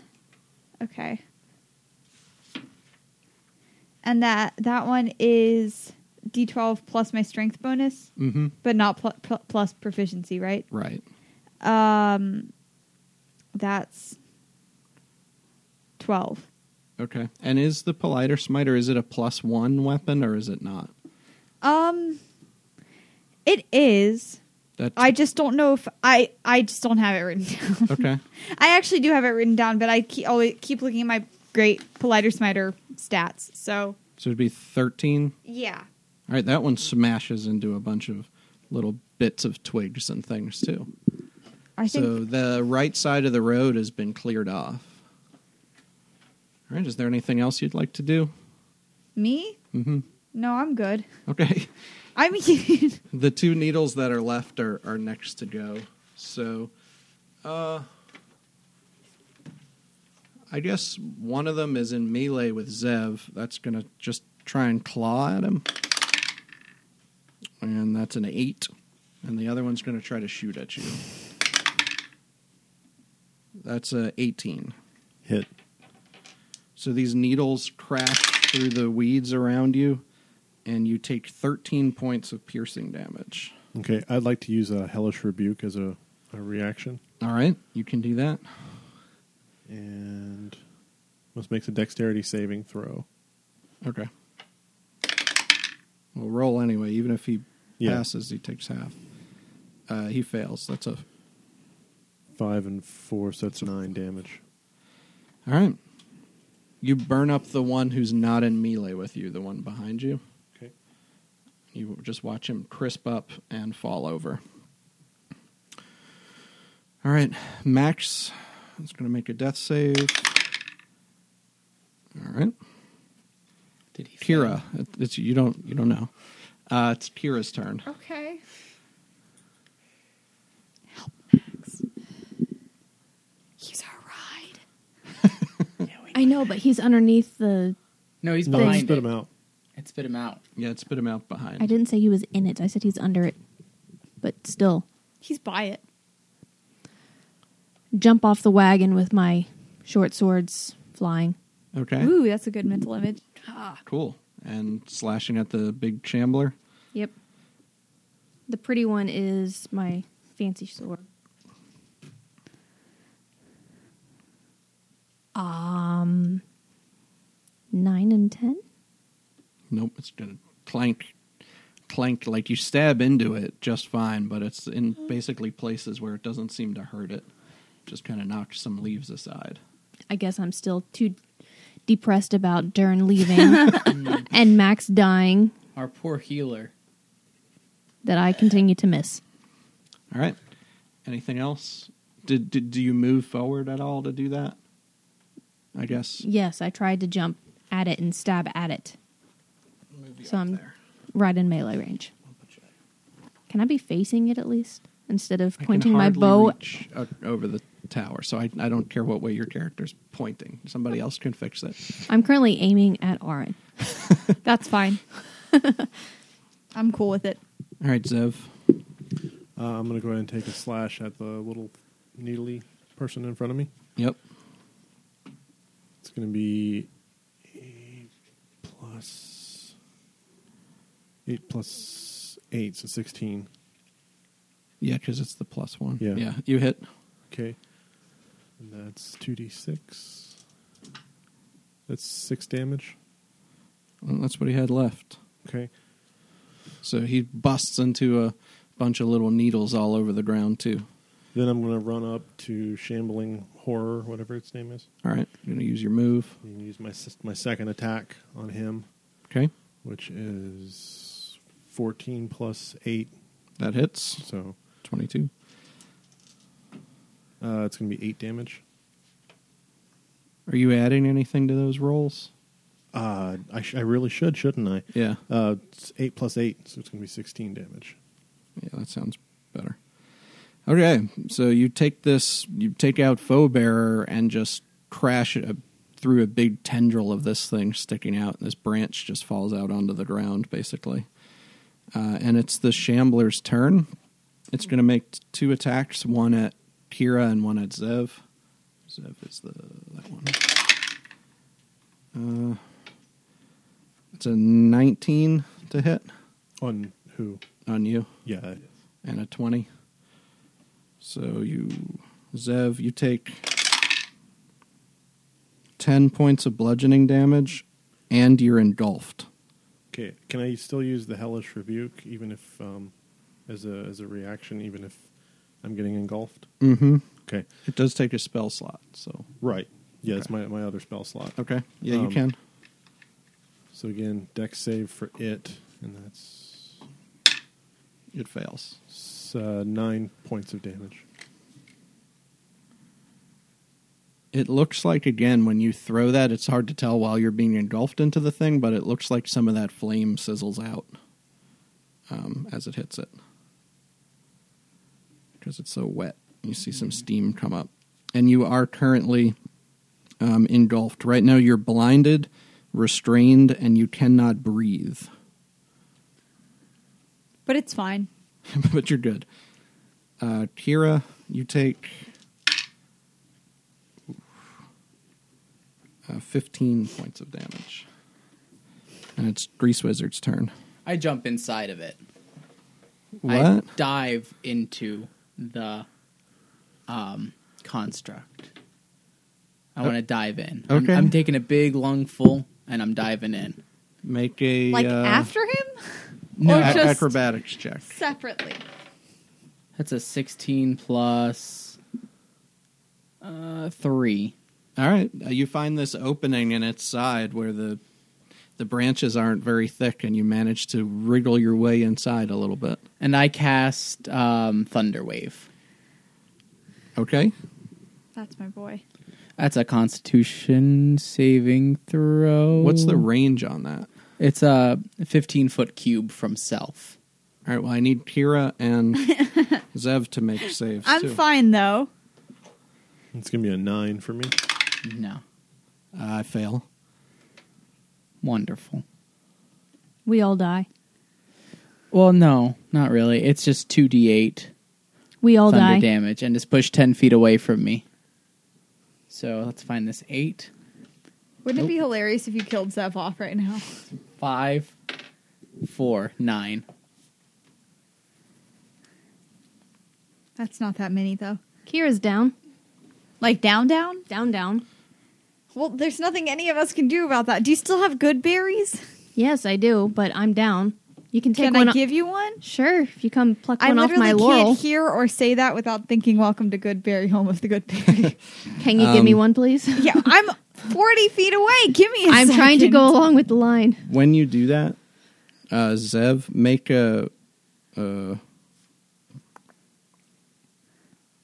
S4: okay. And that that one is d12 plus my strength bonus,
S1: hmm
S4: but not pl- pl- plus proficiency, right?
S1: Right.
S4: Um, that's twelve.
S1: Okay. And is the politer smiter? Is it a plus one weapon or is it not?
S4: Um, it is.
S1: That's
S4: I just don't know if I. I just don't have it written down.
S1: okay.
S4: I actually do have it written down, but I keep always keep looking at my great politer smiter stats. So
S1: So it'd be 13.
S4: yeah,
S1: All right, that one smashes into a bunch of little bits of twigs and things too.
S4: I think
S1: So the right side of the road has been cleared off. All right, is there anything else you'd like to do?
S4: me.
S1: Mm-hmm.
S4: No, I'm good.
S1: Okay.
S4: I mean,
S1: The two needles that are left are, are next to go. So, uh, I guess one of them is in melee with Zev. That's going to just try and claw at him. And that's an eight. And the other one's going to try to shoot at you. That's a 18.
S5: hit.
S1: So these needles crash through the weeds around you, and you take 13 points of piercing damage.
S5: Okay, I'd like to use a hellish rebuke as a, a reaction,
S1: All right, you can do that.
S5: and must makes a dexterity saving throw.
S1: Okay. We'll roll anyway. Even if he
S5: Yeah.
S1: passes, he takes half. Uh, he fails. That's a.
S5: Five and four, so that's nine damage.
S1: All right. You burn up the one who's not in melee with you, the one behind you.
S5: Okay.
S1: You just watch him crisp up and fall over. All right, Max is going to make a death save. All right,
S6: Did he
S1: Kira, it- it's you don't you don't know. Uh, it's Kira's turn.
S9: Okay.
S4: he's our ride.
S2: I know, but he's underneath the.
S6: No, he's
S5: No,
S6: behind. it.
S5: spit him out.
S6: And spit him out.
S1: Yeah, it's spit him out behind.
S2: I didn't say he was in it. I said he's under it, but still
S4: He's by it.
S2: jump off the wagon with my short swords flying.
S1: Okay,
S4: Ooh, that's a good mental image.
S1: cool. And slashing at the big shambler.
S2: Yep. The pretty one is my fancy sword. Um, nine and ten.
S1: Nope, it's gonna clank, clank like you stab into it just fine, but it's in basically places where it doesn't seem to hurt it. Just kind of knocks some leaves aside.
S2: I guess I'm still too depressed about Dern leaving and Max dying.
S6: Our poor healer.
S2: that I continue to miss.
S1: All right. Anything else? Did, did do you move forward at all to do that? I guess.
S2: Yes, I tried to jump at it and stab at it. So I'm right in melee range. Can I be facing it at least instead of
S1: I can
S2: pointing my
S1: hardly
S2: bow?
S1: reach o- over the tower, so I, I don't care what way your character's pointing. Somebody else can fix it.
S2: I'm currently aiming at Arin.
S4: That's fine. I'm cool with it.
S1: All right, Zev.
S5: Uh, I'm going to go ahead and take a slash at the little needly person in front of me.
S1: Yep.
S5: It's going to be eight plus eight plus eight, so sixteen.
S1: Yeah, because it's the plus one.
S5: Yeah.
S1: Yeah. You hit.
S5: Okay, and that's two d six. That's six damage.
S1: Well, that's what he had left.
S5: Okay,
S1: So he busts into a bunch of little needles all over the ground too.
S5: then I'm going to run up to shambling horror, whatever its name is.
S1: All right. You're gonna use your move.
S5: I'm going to use my s- my second attack on him,
S1: Okay.
S5: which is fourteen plus eight.
S1: That hits.
S5: So
S1: Twenty-two.
S5: uh, it's going to be eight damage.
S1: Are you adding anything to those rolls?
S5: Uh, I, sh- I really should, shouldn't I?
S1: Yeah.
S5: Uh, it's eight plus eight, so it's going to be sixteen damage.
S1: Yeah, that sounds better. Okay, so you take this, you take out foe bearer and just crash it through a big tendril of this thing sticking out, and this branch just falls out onto the ground, basically. Uh, and it's the shambler's turn. It's going to make t- two attacks, one at Kira and one at Zev. Zev is the that one. Uh, it's a 19 to hit
S5: On who?
S1: on you
S5: Yeah,
S1: and a 20. So you, Zev, you take 10 points of bludgeoning damage and you're engulfed.
S5: Okay, can I still use the hellish rebuke even if um, as a as a reaction, even if I'm getting engulfed?
S1: Mm hmm.
S5: Okay,
S1: It does take a spell slot, so.
S5: right. Yeah, it's my my other spell slot.
S1: Okay. Yeah, you
S5: Um,
S1: can.
S5: So again, deck save for it, and that's
S1: It fails.
S5: s- uh, nine points of damage.
S1: It looks like, again, when you throw that, it's hard to tell while you're being engulfed into the thing, but it looks like some of that flame sizzles out um, as it hits it. Because it's so wet. You see some steam come up. And you are currently um, engulfed. Right now, you're blinded, restrained, and you cannot breathe.
S4: But it's fine.
S1: but you're good. Uh, Kira, you take uh, 15 points of damage. And it's Grease Wizard's turn.
S6: I jump inside of it. I
S1: What?
S6: dive into the um, construct. I want to dive in. I'm-
S1: Oh. okay.
S6: I'm, taking a big lungful and I'm diving in.
S1: Make a
S4: Like
S1: uh,
S4: after him?
S1: no,
S4: or
S1: ac-
S4: just-
S1: acrobatics check.
S4: Separately.
S6: That's a 16 plus uh, 3.
S1: All right, uh, you find this opening in its side where the the branches aren't very thick, and you manage to wriggle your way inside a little bit.
S6: And I cast um, Thunder Wave.
S1: Okay,
S4: That's my boy.
S6: That's a Constitution saving throw.
S1: what's the range on that?
S6: It's a 15 foot cube from self.
S1: All right. Well, I need Kira and Zev to make saves.
S7: I'm
S1: too.
S7: fine though.
S5: It's gonna be a nine for me.
S6: No.
S1: I fail.
S6: Wonderful.
S2: We all die.
S6: Well, no, not really. It's just 2d8
S2: We all
S6: thunder
S2: die.
S6: damage and it's pushed 10 feet away from me. So let's find this 8,
S4: Wouldn't it be hilarious if you killed Zev off right now?
S6: 5, 4, 9.
S4: That's not that many though.
S2: Kira's down.
S4: Like down down?
S2: Down, down.
S4: Well, there's nothing any of us can do about that. Do you still have good berries?
S2: Yes, I do, but I'm down. You can take
S4: can
S2: one.
S4: I give you one?
S2: sure, if you come pluck
S4: I
S2: one off
S4: literally
S2: my
S4: can't
S2: laurel.
S4: hear or say that without thinking "Welcome to Goodberry, home of the Goodberry."
S2: Can you give me
S1: Um,
S2: one, please?
S4: yeah, I'm forty feet away. Give me. a
S2: I'm trying to
S4: second.
S2: go along with the line.
S1: When you do that, uh, Zev, make a uh,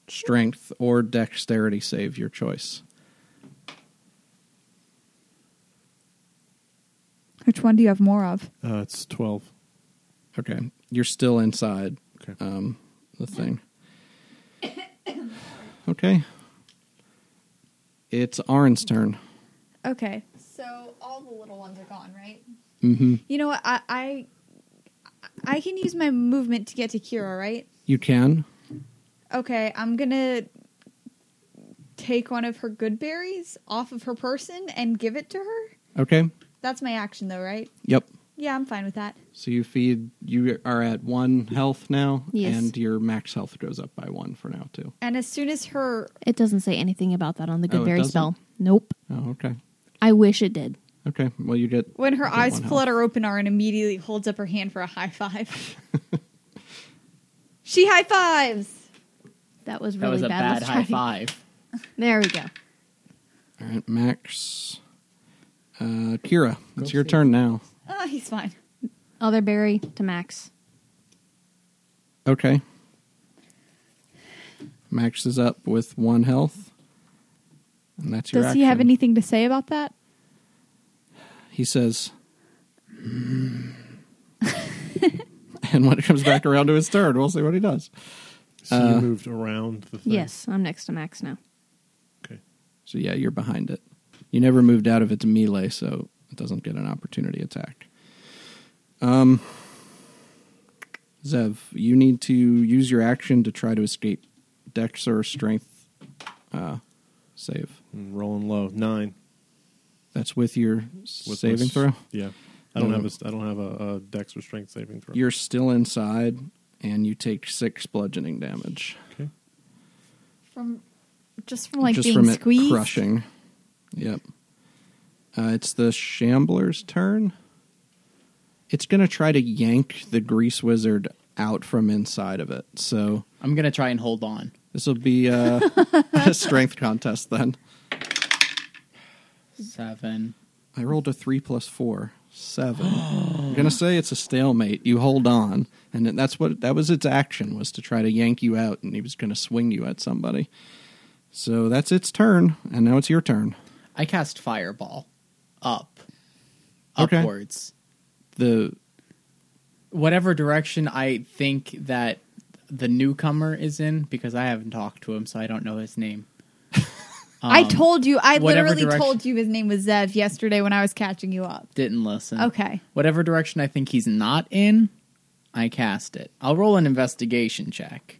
S1: strength or dexterity save, your choice.
S4: Which one do you have more of?
S5: Uh, it's 12.
S1: Okay, you're still inside
S5: Okay.
S1: um, the thing. Okay, it's Arn's turn.
S4: Okay. So all the little ones are gone, right?
S1: Mm-hmm.
S4: You know what? I I, I can use my movement to get to Kira, right?
S1: You can.
S4: Okay, I'm gonna take one of her good berries off of her person and give it to her.
S1: Okay.
S4: That's my action, though, right?
S1: Yep.
S4: Yeah, I'm fine with that.
S1: So you feed. You are at one health now,
S2: Yes.
S1: and your max health goes up by one for now too.
S4: And as soon as her,
S2: It doesn't say anything about that on the
S1: Oh, it
S2: Goodberry
S1: doesn't?
S2: spell. Nope.
S1: Oh, okay.
S2: I wish it did.
S1: Okay. Well, you get.
S4: when her
S1: you get
S4: eyes
S1: one health.
S4: flutter open, Arn immediately holds up her hand for a high five. she high fives.
S2: That was
S6: That
S2: really
S6: was a bad
S2: Let's try-
S6: high five.
S2: There we go.
S1: All right, Max. Uh, Kira, it's your turn now.
S4: Oh, he's fine.
S2: Other berry to Max.
S1: Okay. Max is up with one health. And that's your
S4: Does he have
S1: action.
S4: anything to say about that?
S1: He says, "Mm." and when it comes back around to his turn, we'll see what he does.
S5: So
S1: Uh,
S5: you moved around the thing.
S2: Yes, I'm next to Max now.
S5: Okay.
S1: So, yeah, you're behind it. You never moved out of its melee, so it doesn't get an opportunity attack. Um, Zev, you need to use your action to try to escape Dex or Strength uh, save.
S5: I'm rolling low. Nine.
S1: That's with your
S5: With
S1: saving
S5: this-
S1: throw.
S5: Yeah. I don't
S1: No.
S5: have a, I don't have a, a dex or strength saving throw.
S1: You're still inside, and you take six bludgeoning damage
S5: okay.
S4: From just from like
S1: just
S4: being
S1: from it
S4: squeezed.
S1: crushing. Yep. Uh, it's the shambler's turn. It's gonna try to yank the grease wizard out from inside of it. So
S6: I'm gonna try and hold on.
S1: this will be uh, a strength contest then.
S6: Seven.
S1: I rolled a three plus four. Seven. I'm gonna say it's a stalemate. You hold on, and then that's what that was. Its action was to try to yank you out, and he was gonna swing you at somebody. So that's its turn, and now it's your turn.
S6: I cast fireball up,
S1: Okay.
S6: upwards,
S1: The
S6: whatever direction I think that the newcomer is in, because I haven't talked to him, so I don't know his name.
S4: I
S6: Um,
S4: told you. I
S6: whatever
S4: literally
S6: direction-
S4: told you his name was Zev yesterday when I was catching you up.
S6: didn't listen.
S4: Okay.
S6: Whatever direction I think he's not in, I cast it. I'll roll an investigation check.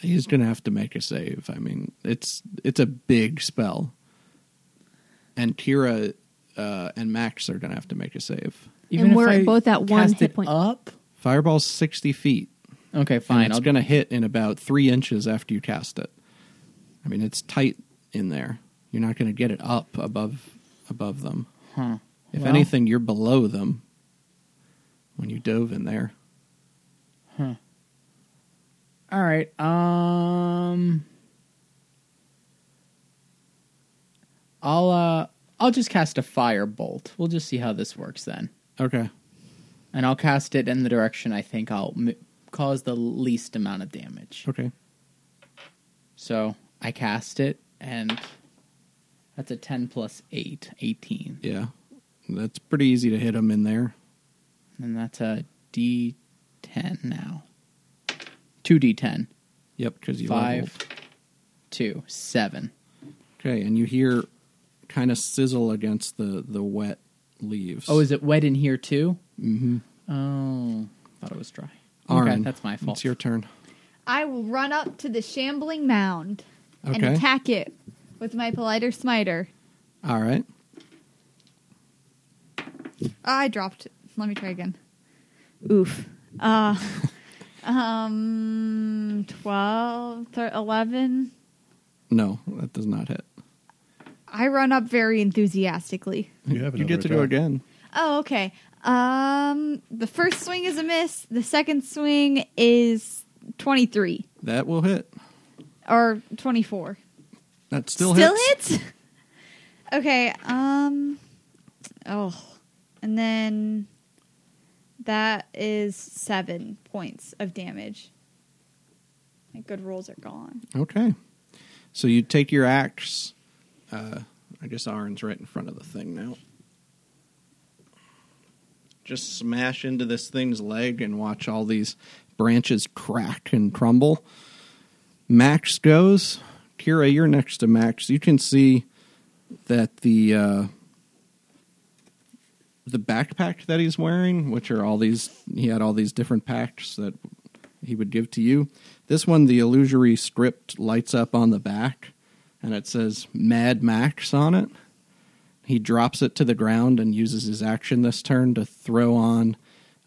S1: he's gonna have to make a save. I mean, it's it's a big spell, and Kira uh, and Max are gonna have to make a save.
S2: And we're both at one
S6: cast
S2: hit
S6: it
S2: point.
S6: Up.
S1: Fireball's sixty feet.
S6: Okay,
S1: and
S6: fine.
S1: it's
S6: I'll
S1: going to hit in about three inches after you cast it. I mean, it's tight in there. You're not going to get it up above above them.
S6: Huh.
S1: If
S6: Well-
S1: anything, you're below them when you dove in there.
S6: All right. Um I'll uh I'll just cast a fire bolt. We'll just see how this works then.
S1: Okay.
S6: And I'll cast it in the direction I think I'll m- cause the least amount of damage.
S1: Okay.
S6: So, I cast it and that's a 10 plus 8, 18.
S1: Yeah. That's pretty easy to hit them in there.
S6: And that's a d10 now. 2d10.
S1: Yep, because you
S6: 5
S1: leveled.
S6: 2 7.
S1: Okay, and you hear kind of sizzle against the the wet leaves.
S6: Oh, is it wet in here too? Mm-hmm. Oh, thought it was dry. okay,
S1: Arn,
S6: that's my fault.
S1: It's your turn.
S4: I will run up to the shambling mound and
S1: Okay.
S4: attack it with my politer smiter.
S1: All right.
S4: I dropped. it. Let me try again. Oof. Uh, um, 12, thir- 11.
S1: No, that does not hit.
S4: I run up very enthusiastically.
S5: You have
S1: You get to
S5: another
S1: go
S5: attack.
S1: again.
S4: Oh, okay. Um, the first swing is a miss. The second swing is 23
S1: That will hit.
S4: or 24.
S1: That still, hits.
S4: hits? okay. Um. Oh, and then
S7: That is seven points of damage. My good rolls are gone.
S1: Okay. So you take your axe. Uh, I guess Arn's right in front of the thing now. Just smash into this thing's leg and watch all these branches crack and crumble. Max goes. Kira, you're next to Max. You can see that the uh, the backpack that he's wearing, which are all these, he had all these different packs that he would give to you. This one, the illusory script lights up on the back, and it says Mad Max on it. He drops it to the ground and uses his action this turn to throw on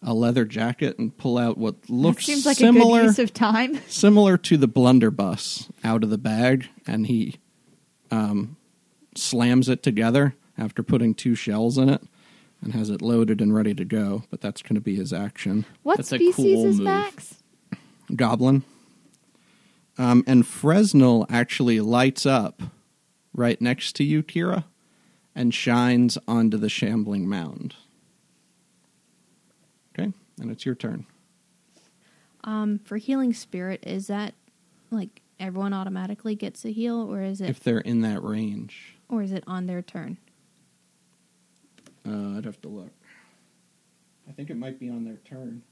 S1: a leather jacket and pull out what
S4: That
S1: looks
S4: seems like
S1: similar
S4: a good use of time.
S1: similar to the blunderbuss out of the bag, and he um, slams it together after putting two shells in it and has it loaded and ready to go. But that's going to be his action.
S4: What
S6: That's a
S4: species
S6: cool
S4: is
S6: move.
S4: Max?
S1: Goblin. Um, and Fresnel actually lights up right next to you, Kira, and shines onto the shambling mound. Okay, and it's your turn.
S2: Um, for healing spirit, is that like everyone automatically gets a heal, or is it,
S1: If they're in that range,
S2: or is it on their turn?
S1: Uh, I'd have to look. I think it might be on their turn.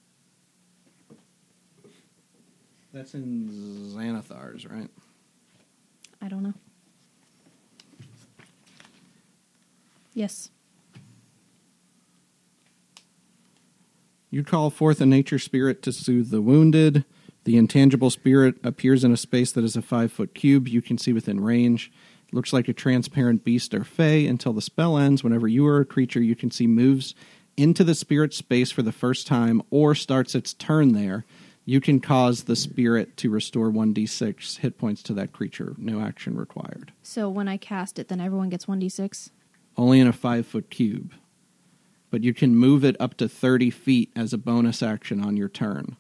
S1: That's in Xanathar's, right?
S2: I don't know. Yes.
S1: You call forth a nature spirit to soothe the wounded. The intangible spirit appears in a space that is a five foot cube you can see within range. It looks like a transparent beast or fey until the spell ends. Whenever you or a creature you can see moves into the spirit space for the first time or starts its turn there, you can cause the spirit to restore 1d6 hit points to that creature. No action required.
S2: So when I cast it, then everyone gets one d six.
S1: only in a five foot cube. But you can move it up to 30 feet as a bonus action on your turn.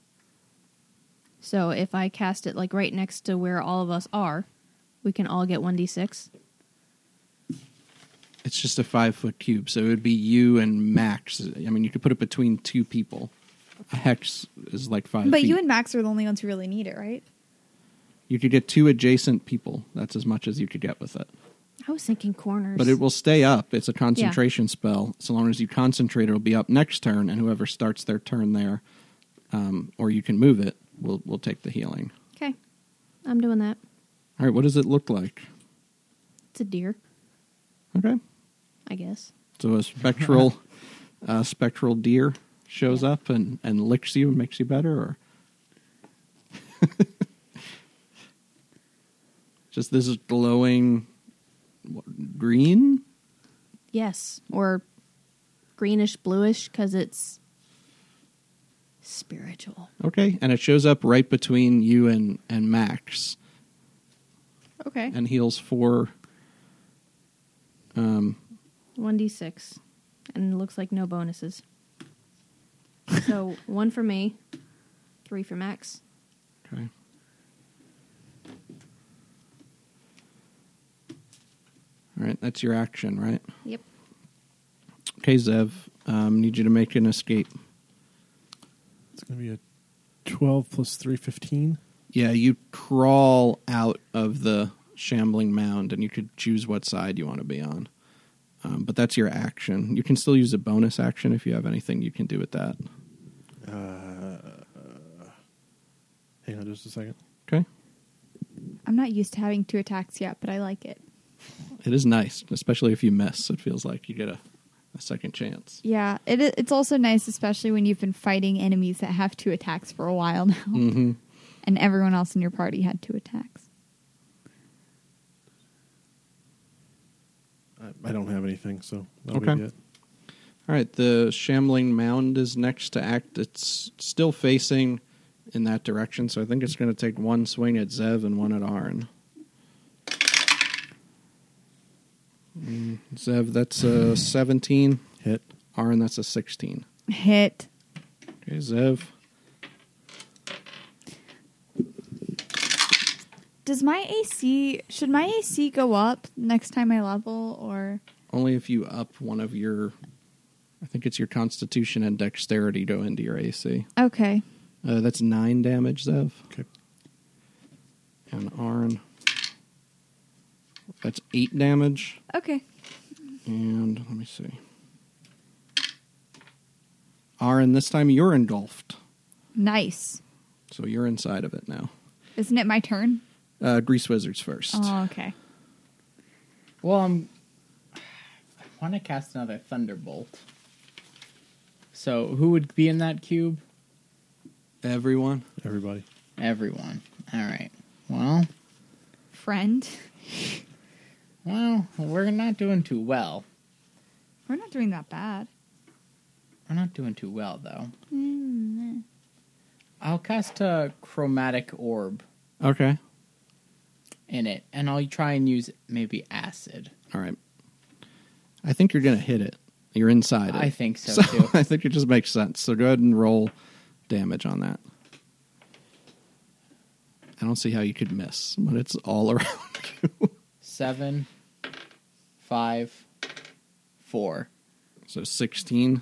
S2: So if I cast it like right next to where all of us are, we can all get one d six.
S1: It's just a five foot cube, so it would be you and Max. I mean, you could put it between two people. A hex is like five.
S7: But
S1: feet.
S7: you and Max are the only ones who really need it, right?
S1: you could get two adjacent people. That's as much as you could get with it.
S2: I was thinking corners,
S1: But it will stay up. It's a concentration spell. So long as you concentrate, it'll be up next turn, and whoever starts their turn there, um, or you can move it, will will take the healing.
S2: Okay, I'm doing that.
S1: All right. What does it look like?
S2: It's a deer,
S1: Okay.
S2: I guess.
S1: So a spectral, uh, spectral deer shows up and, and licks you and makes you better, or just this is glowing what, green.
S2: Yes, or greenish bluish because it's spiritual.
S1: Okay, and it shows up right between you and and Max,
S7: Okay.
S1: and heals four. Um,
S2: One d six, and it looks like no bonuses. so one for me, three for Max.
S1: okay. All right, that's your action, right?
S2: Yep.
S1: Okay, Zev, um, need you to make an escape.
S5: It's going to be a 12 plus 3, 15.
S1: Yeah, you crawl out of the shambling mound, and you could choose what side you want to be on. Um, but that's your action. You can still use a bonus action if you have anything you can do with that.
S5: Hang on just a second.
S1: Okay,
S4: I'm not used to having two attacks yet, but I like it.
S1: it is nice, especially if you miss. It feels like you get a, a second chance.
S4: Yeah, it, i- it's also nice, especially when you've been fighting enemies that have two attacks for a while now,
S1: Mm-hmm.
S4: and everyone else in your party had two attacks.
S5: I, I don't have anything, so I'll
S1: Okay.
S5: be good.
S1: All right, the shambling mound is next to act. It's still facing in that direction, so I think it's going to take one swing at Zev and one at Arn. Mm, Zev, that's a 17.
S5: Hit.
S1: Arn, that's a 16.
S4: Hit.
S1: Okay, Zev.
S4: Does my AC should my AC go up next time I level or
S1: Only if you up one of your I think it's your Constitution and Dexterity go into your AC.
S4: Okay.
S1: Uh, that's nine damage, Zev.
S5: Okay.
S1: And Arn. That's eight damage.
S4: Okay.
S1: And let me see. Arn, this time you're engulfed.
S4: Nice.
S1: So you're inside of it now.
S4: Isn't it my turn?
S1: Uh, Grease Wizards first.
S4: Oh, okay.
S6: Well, I'm. I want to cast another thunderbolt. So who would be in that cube?
S1: Everyone.
S5: Everybody.
S6: Everyone. All right. Well,
S4: Friend.
S6: well, we're not doing too well.
S4: We're not doing that bad.
S6: We're not doing too well though. I'll cast a chromatic orb
S1: Okay.
S6: in it, and I'll try and use maybe acid.
S1: All right. I think you're going to hit it. You're inside it.
S6: I think so, too.
S1: I think it just makes sense. So go ahead and roll damage on that. I don't see how you could miss, but it's all around you.
S6: Seven, five, four.
S1: So 16.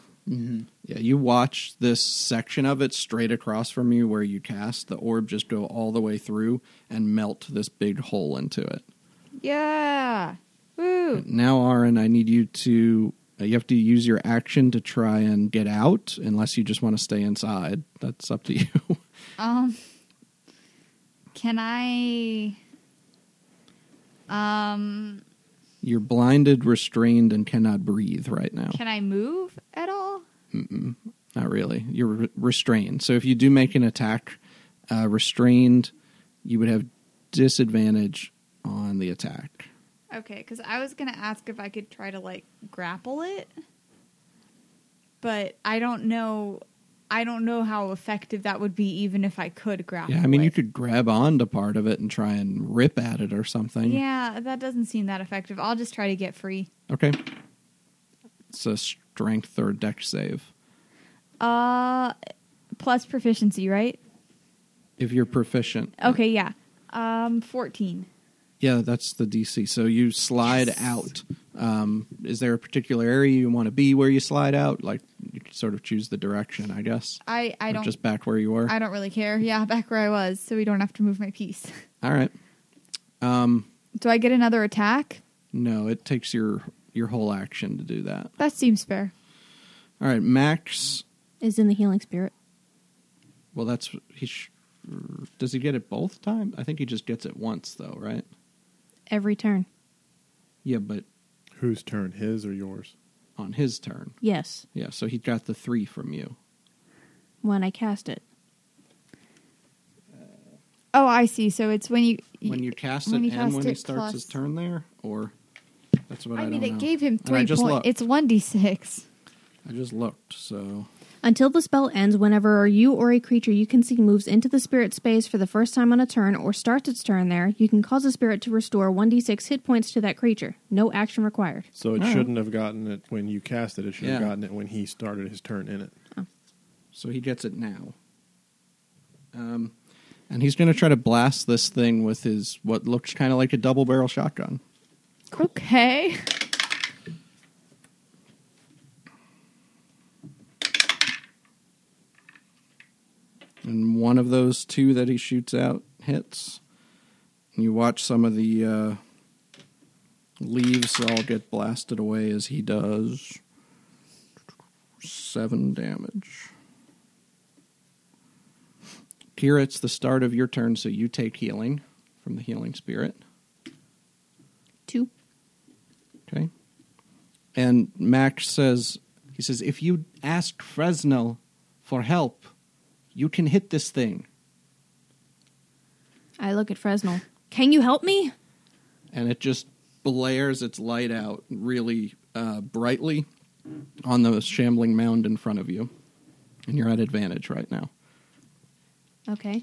S1: Yeah, you watch this section of it straight across from you where you cast the orb just go all the way through and melt this big hole into it.
S4: Yeah. Woo.
S1: Now, Aaron, I need you to. uh, You have to use your action to try and get out, unless you just want to stay inside. That's up to you.
S4: Um. Can I? Um.
S1: You're blinded, restrained, and cannot breathe right now.
S4: Can I move at all?
S1: Not really. You're re- restrained. So if you do make an attack uh, restrained, you would have disadvantage on the attack.
S4: Okay, because I was gonna ask if I could try to like grapple it, but I don't know. I don't know how effective that would be, even if I could grapple.
S1: Yeah, I mean,
S4: it.
S1: you could grab onto part of it and try and rip at it or something.
S4: Yeah, that doesn't seem that effective. I'll just try to get free.
S1: Okay. It's a strength or deck save.
S4: Uh, plus proficiency, right?
S1: If you're proficient.
S4: Okay, yeah. Um, fourteen.
S1: Yeah, that's the DC. So you slide out. Um, is there a particular area you want to be where you slide out? Like, you could sort of choose the direction, I guess.
S4: I I
S1: Or
S4: don't
S1: Just back where you were?
S4: I don't really care. Yeah, back where I was, so we don't have to move my piece.
S1: All right. Um,
S4: Do I get another attack?
S1: No, it takes your your whole action to do that.
S4: That seems fair.
S1: All right, Max.
S2: Is in the healing spirit.
S1: Well, that's he. Sh- does he get it both times? I think he just gets it once, though, right?
S2: Every turn.
S1: Yeah, but
S5: Whose turn? His or yours?
S1: on his turn.
S2: Yes.
S1: Yeah, so he got the three from you.
S2: When I cast it.
S4: Oh, I see. So it's when you
S1: When you cast
S4: when
S1: it
S4: you
S1: and
S4: cast
S1: when he
S4: it
S1: starts
S4: plus-
S1: his turn there, or that's what I,
S4: I mean,
S1: don't
S4: it
S1: know.
S4: gave him
S1: And I
S4: three
S1: just
S4: points.
S1: looked.
S4: It's one d six.
S1: I just looked. So
S2: Until the spell ends, whenever you or a creature you can see moves into the spirit space for the first time on a turn or starts its turn there, you can cause a spirit to restore 1d6 hit points to that creature. No action required.
S5: So it
S1: Oh.
S5: shouldn't have gotten it when you cast it. It should have
S1: Yeah.
S5: gotten it when he started his turn in it.
S1: so he gets it now. Um, and he's going to try to blast this thing with his what looks kind of like a double barrel shotgun.
S4: Okay.
S1: and one of those two that he shoots out hits. And you watch some of the uh, leaves all get blasted away as he does seven damage. Kira, it's the start of your turn, so you take healing from the healing spirit.
S2: Two.
S1: Okay. And Max says, he says, if you ask Fresnel for help, you can hit this thing.
S2: I look at Fresnel. Can you help me?
S1: and it just blares its light out really uh, brightly on the shambling mound in front of you. And you're at advantage right now.
S2: Okay.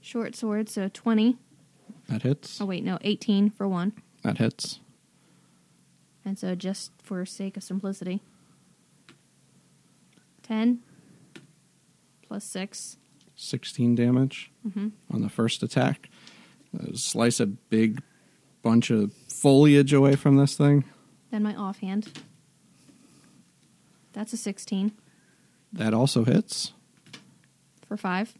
S2: Short sword, so 20.
S1: That hits.
S2: Oh, wait, no, 18 for one.
S1: That hits.
S2: And so, just for sake of simplicity, 10 plus 6.
S1: 16 damage
S2: Mm-hmm.
S1: on the first attack. Uh, slice a big bunch of foliage away from this thing.
S2: Then my offhand. That's a 16
S1: That also hits.
S2: for 5.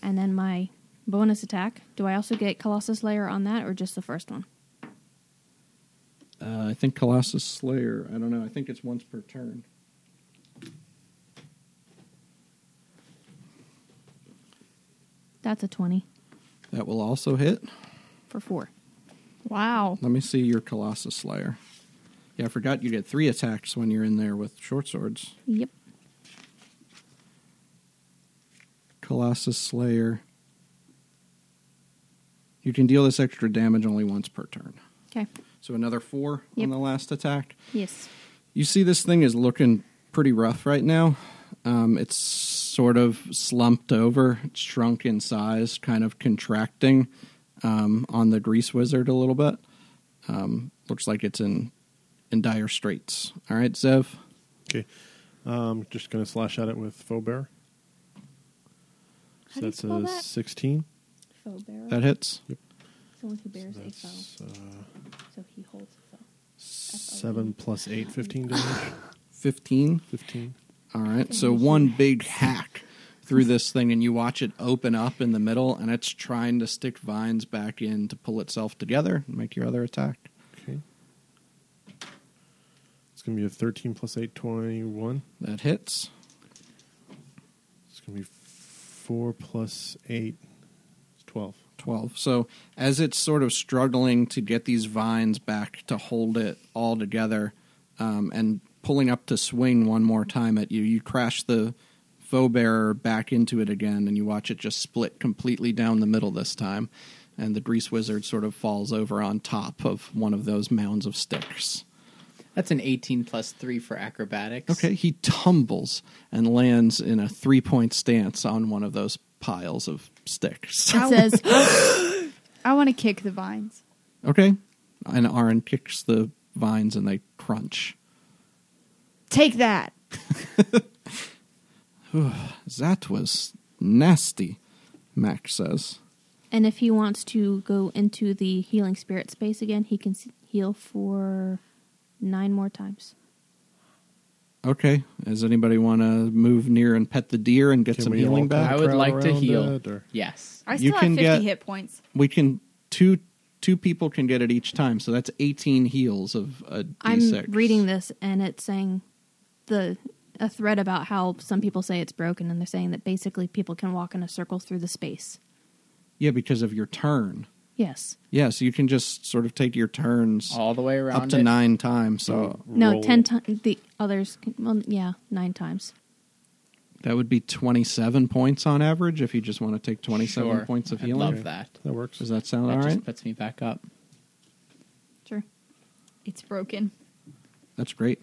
S2: And then my bonus attack. Do I also get Colossus Layer on that or just the first one?
S1: Uh, I think Colossus Slayer. I don't know. I think it's once per turn.
S2: That's a 20
S1: That will also hit.
S2: for 4.
S4: Wow.
S1: Let me see your Colossus Slayer. Yeah, I forgot you get three attacks when you're in there with short swords.
S2: Yep.
S1: Colossus Slayer. You can deal this extra damage only once per turn.
S2: Okay.
S1: So another four
S2: Yep.
S1: on the last attack.
S2: Yes.
S1: You see, this thing is looking pretty rough right now. Um, it's sort of slumped over, it's shrunk in size, kind of contracting um, on the grease wizard a little bit. Um, looks like it's in in dire straits. All right, Zev.
S5: Okay. Um, just going to slash at it with faux bear.
S2: How do
S5: So
S2: you
S5: that's
S2: spell
S5: a
S2: that?
S5: 16.
S2: Faux bearer.
S1: That hits.
S2: Someone who bears a foe.
S5: That's uh,
S2: So he holds a foe.
S5: 7 plus 8, 15 damage.
S1: 15.
S5: 15.
S1: All right. So one big hack through this thing, and you watch it open up in the middle, and it's trying to stick vines back in to pull itself together and make your other attack.
S5: Okay. It's going to be a 13 plus 8, 21.
S1: That hits.
S5: It's going to be 4 plus 8, it's 12.
S1: 12. So as it's sort of struggling to get these vines back to hold it all together um, and pulling up to swing one more time at you, you crash the faux bearer back into it again and you watch it just split completely down the middle this time. And the grease wizard sort of falls over on top of one of those mounds of sticks.
S6: That's an 18 plus 3 for acrobatics.
S1: Okay, he tumbles and lands in a three point stance on one of those piles of sticks.
S4: I w-
S2: Says,
S4: I want to kick the vines.
S1: Okay. And Aaron kicks the vines and they crunch.
S4: Take that.
S1: That was nasty, Max says.
S2: and if he wants to go into the healing spirit space again, he can s- heal for nine more times.
S1: Okay. Does anybody want to move near and pet the deer and get
S5: Can
S1: some
S5: we
S1: healing
S5: all
S1: back?
S6: I would
S5: crowd
S6: like to
S5: around
S6: heal.
S5: it, or-
S6: Yes.
S7: I
S1: You
S7: still have
S1: can
S7: 50
S1: get-
S7: hit points.
S1: We can two two people can get it each time, so that's eighteen heals of a
S2: i I'm
S1: D6.
S2: reading this, and it's saying the a thread about how some people say it's broken, and they're saying that basically people can walk in a circle through the space.
S1: Yeah, because of your turn.
S2: Yes.
S1: Yeah, so you can just sort of take your turns
S6: All the way around.
S1: up to
S6: it. Mm-hmm.
S1: nine times. So
S2: No,
S5: Roll.
S2: ten times. The others, can, well, yeah, nine times.
S1: that would be twenty seven points on average if you just want to take twenty seven
S6: Sure.
S1: points of
S6: I'd
S1: healing.
S6: love that.
S5: That works.
S1: Does that sound
S6: That
S1: all right?
S6: just puts me back up.
S2: Sure.
S7: It's broken.
S1: That's great.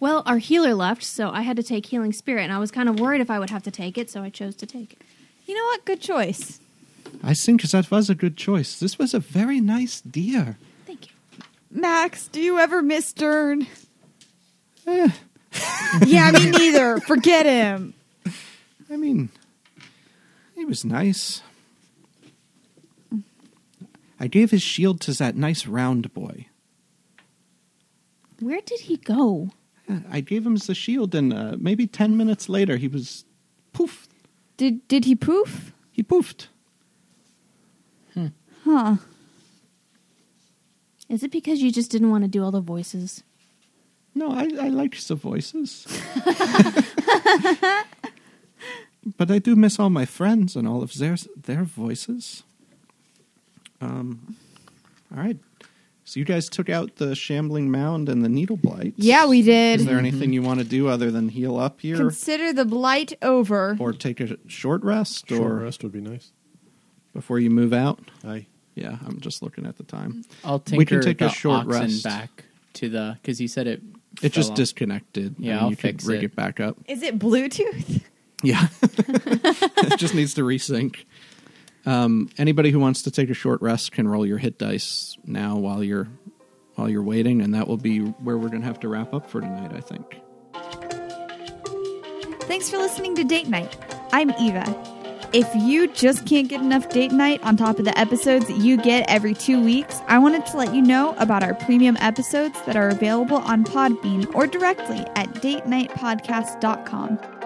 S2: Well, our healer left, so I had to take healing spirit, and I was kind of worried if I would have to take it, so I chose to take it.
S7: You know what? Good choice.
S1: I think that was a good choice. This was a very nice deer.
S2: Thank you.
S7: Max, do you ever miss Dern?
S1: Eh.
S7: yeah, me neither. Forget him.
S1: I mean, it was nice. I gave his shield to that nice round boy.
S2: Where did he go?
S1: I gave him the shield, and uh, maybe ten minutes later, he was poof.
S4: Did did he poof?
S1: He poofed.
S7: Huh.
S2: Is it because you just didn't want to do all the voices?
S1: No, I, I liked the voices. but I do miss all my friends and all of their their voices. Um, all right. So you guys took out the shambling mound and the needle blight.
S4: Yeah, we
S1: Is
S4: did.
S6: Mm-hmm.
S1: there anything you want to do other than heal up here,
S4: Consider the blight over.
S1: or take a short rest,
S5: Short
S1: or
S5: rest would be nice.
S1: before you move out?
S5: I
S1: Yeah, I'm just looking at the
S4: Mm.
S1: time.
S6: I'll tinker
S1: We can take a
S6: the
S1: short
S6: oxen
S1: rest.
S6: back to the because you said it.
S1: It
S6: fell
S1: just
S6: off.
S1: disconnected.
S6: Yeah,
S1: I mean,
S6: I'll
S1: you could
S6: fix
S1: rig
S6: it.
S1: it back up.
S7: Is it Bluetooth?
S1: Yeah. it just needs to resync. Um, anybody who wants to take a short rest can roll your hit dice now while you're while you're waiting, and that will be where we're gonna have to wrap up for tonight, I think.
S7: Thanks for listening to Date Night. I'm Eva.
S4: If you just can't get enough date night on top of the episodes that you get every two weeks, I wanted to let you know about our premium episodes that are available on Podbean or directly at datenightpodcast.com.